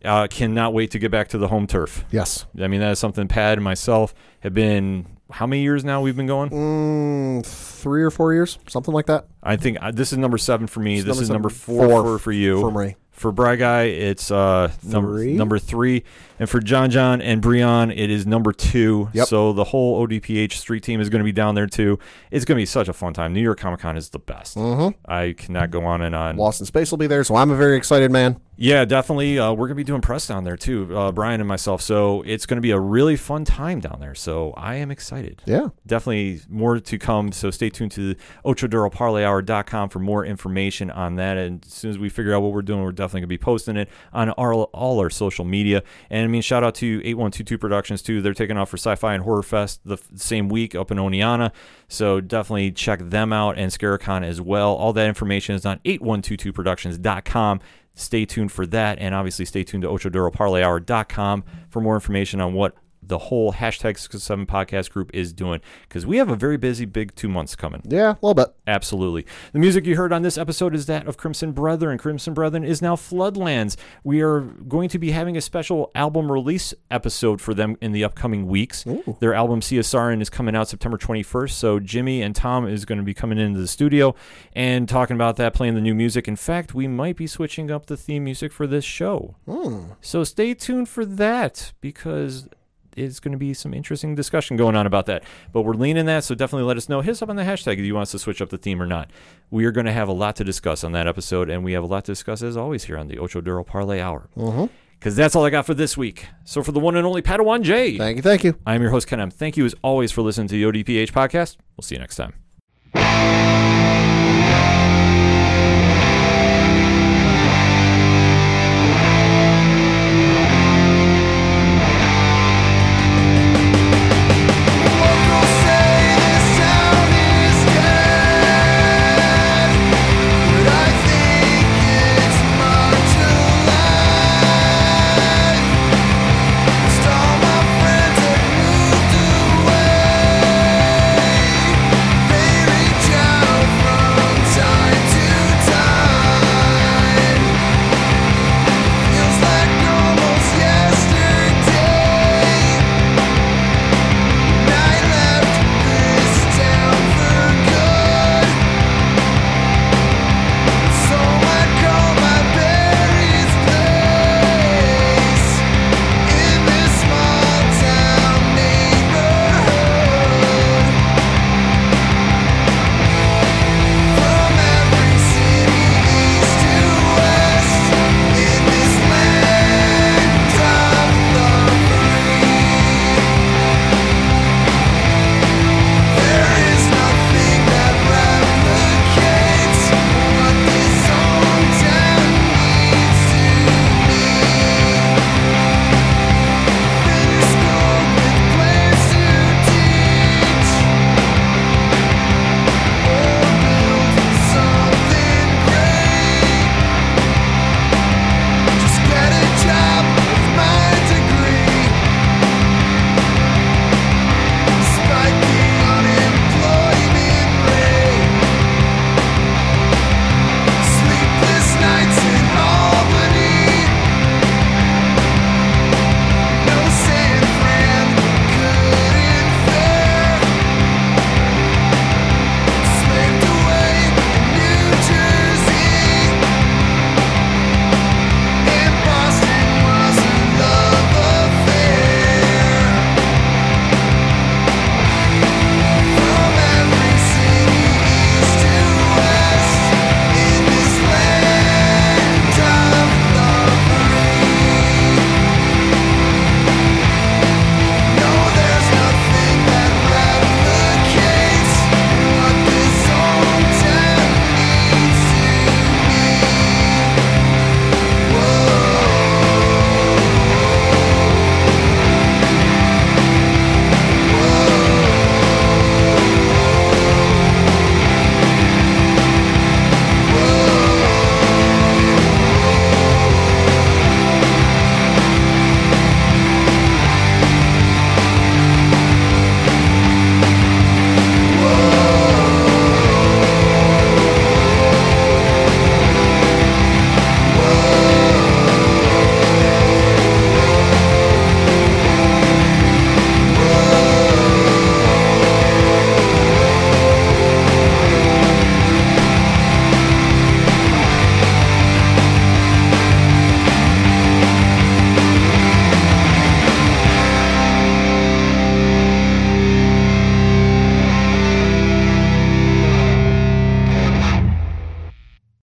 uh, cannot wait to get back to the home turf. Yes. I mean, that is something Pad and myself have been, how many years now we've been going? Mm, three or four years, something like that. I think uh, this is number seven for me. This number is seven. number four, Four for, for you. for me. For Bry Guy, it's uh, number Three? number three, and for John John and Breon, it is number two. Yep. So the whole ODPH street team is going to be down there too. It's going to be such a fun time. New York Comic Con is the best. Mm-hmm. I cannot go on and on. Lost in Space will be there, so I'm a very excited man. Yeah, definitely. Uh, we're going to be doing press down there too, uh, Brian and myself. So it's going to be a really fun time down there. So I am excited. Yeah. Definitely more to come. So stay tuned to ochodoroparlayhour.com for more information on that. And as soon as we figure out what we're doing, we're definitely going to be posting it on our, all our social media. And I mean, shout out to 8122 Productions too. They're taking off for Sci Fi and Horror Fest the f- same week up in Oneonta. So definitely check them out and Scaricon as well. All that information is on 8122productions.com. Stay tuned for that. And obviously, stay tuned to ochodoroparlayhour.com for more information on what the whole hashtag 607 podcast group is doing because we have a very busy big two months coming. Yeah, a little bit. Absolutely. The music you heard on this episode is that of Crimson Brethren. Crimson Brethren is now Floodlands. We are going to be having a special album release episode for them in the upcoming weeks. Their album CSRN is coming out September 21st, so Jimmy and Tom is going to be coming into the studio and talking about that, playing the new music. In fact, we might be switching up the theme music for this show. So stay tuned for that because it's going to be some interesting discussion going on about that. But we're leaning that, so definitely let us know. Hit us up on the hashtag if you want us to switch up the theme or not. We are going to have a lot to discuss on that episode, and we have a lot to discuss as always here on the Ocho Duro Parlay Hour. Because that's all I got for this week. So for the one and only Padawan J, Thank you, thank you. I'm your host Ken M. Thank you as always for listening to the ODPH podcast. We'll see you next time.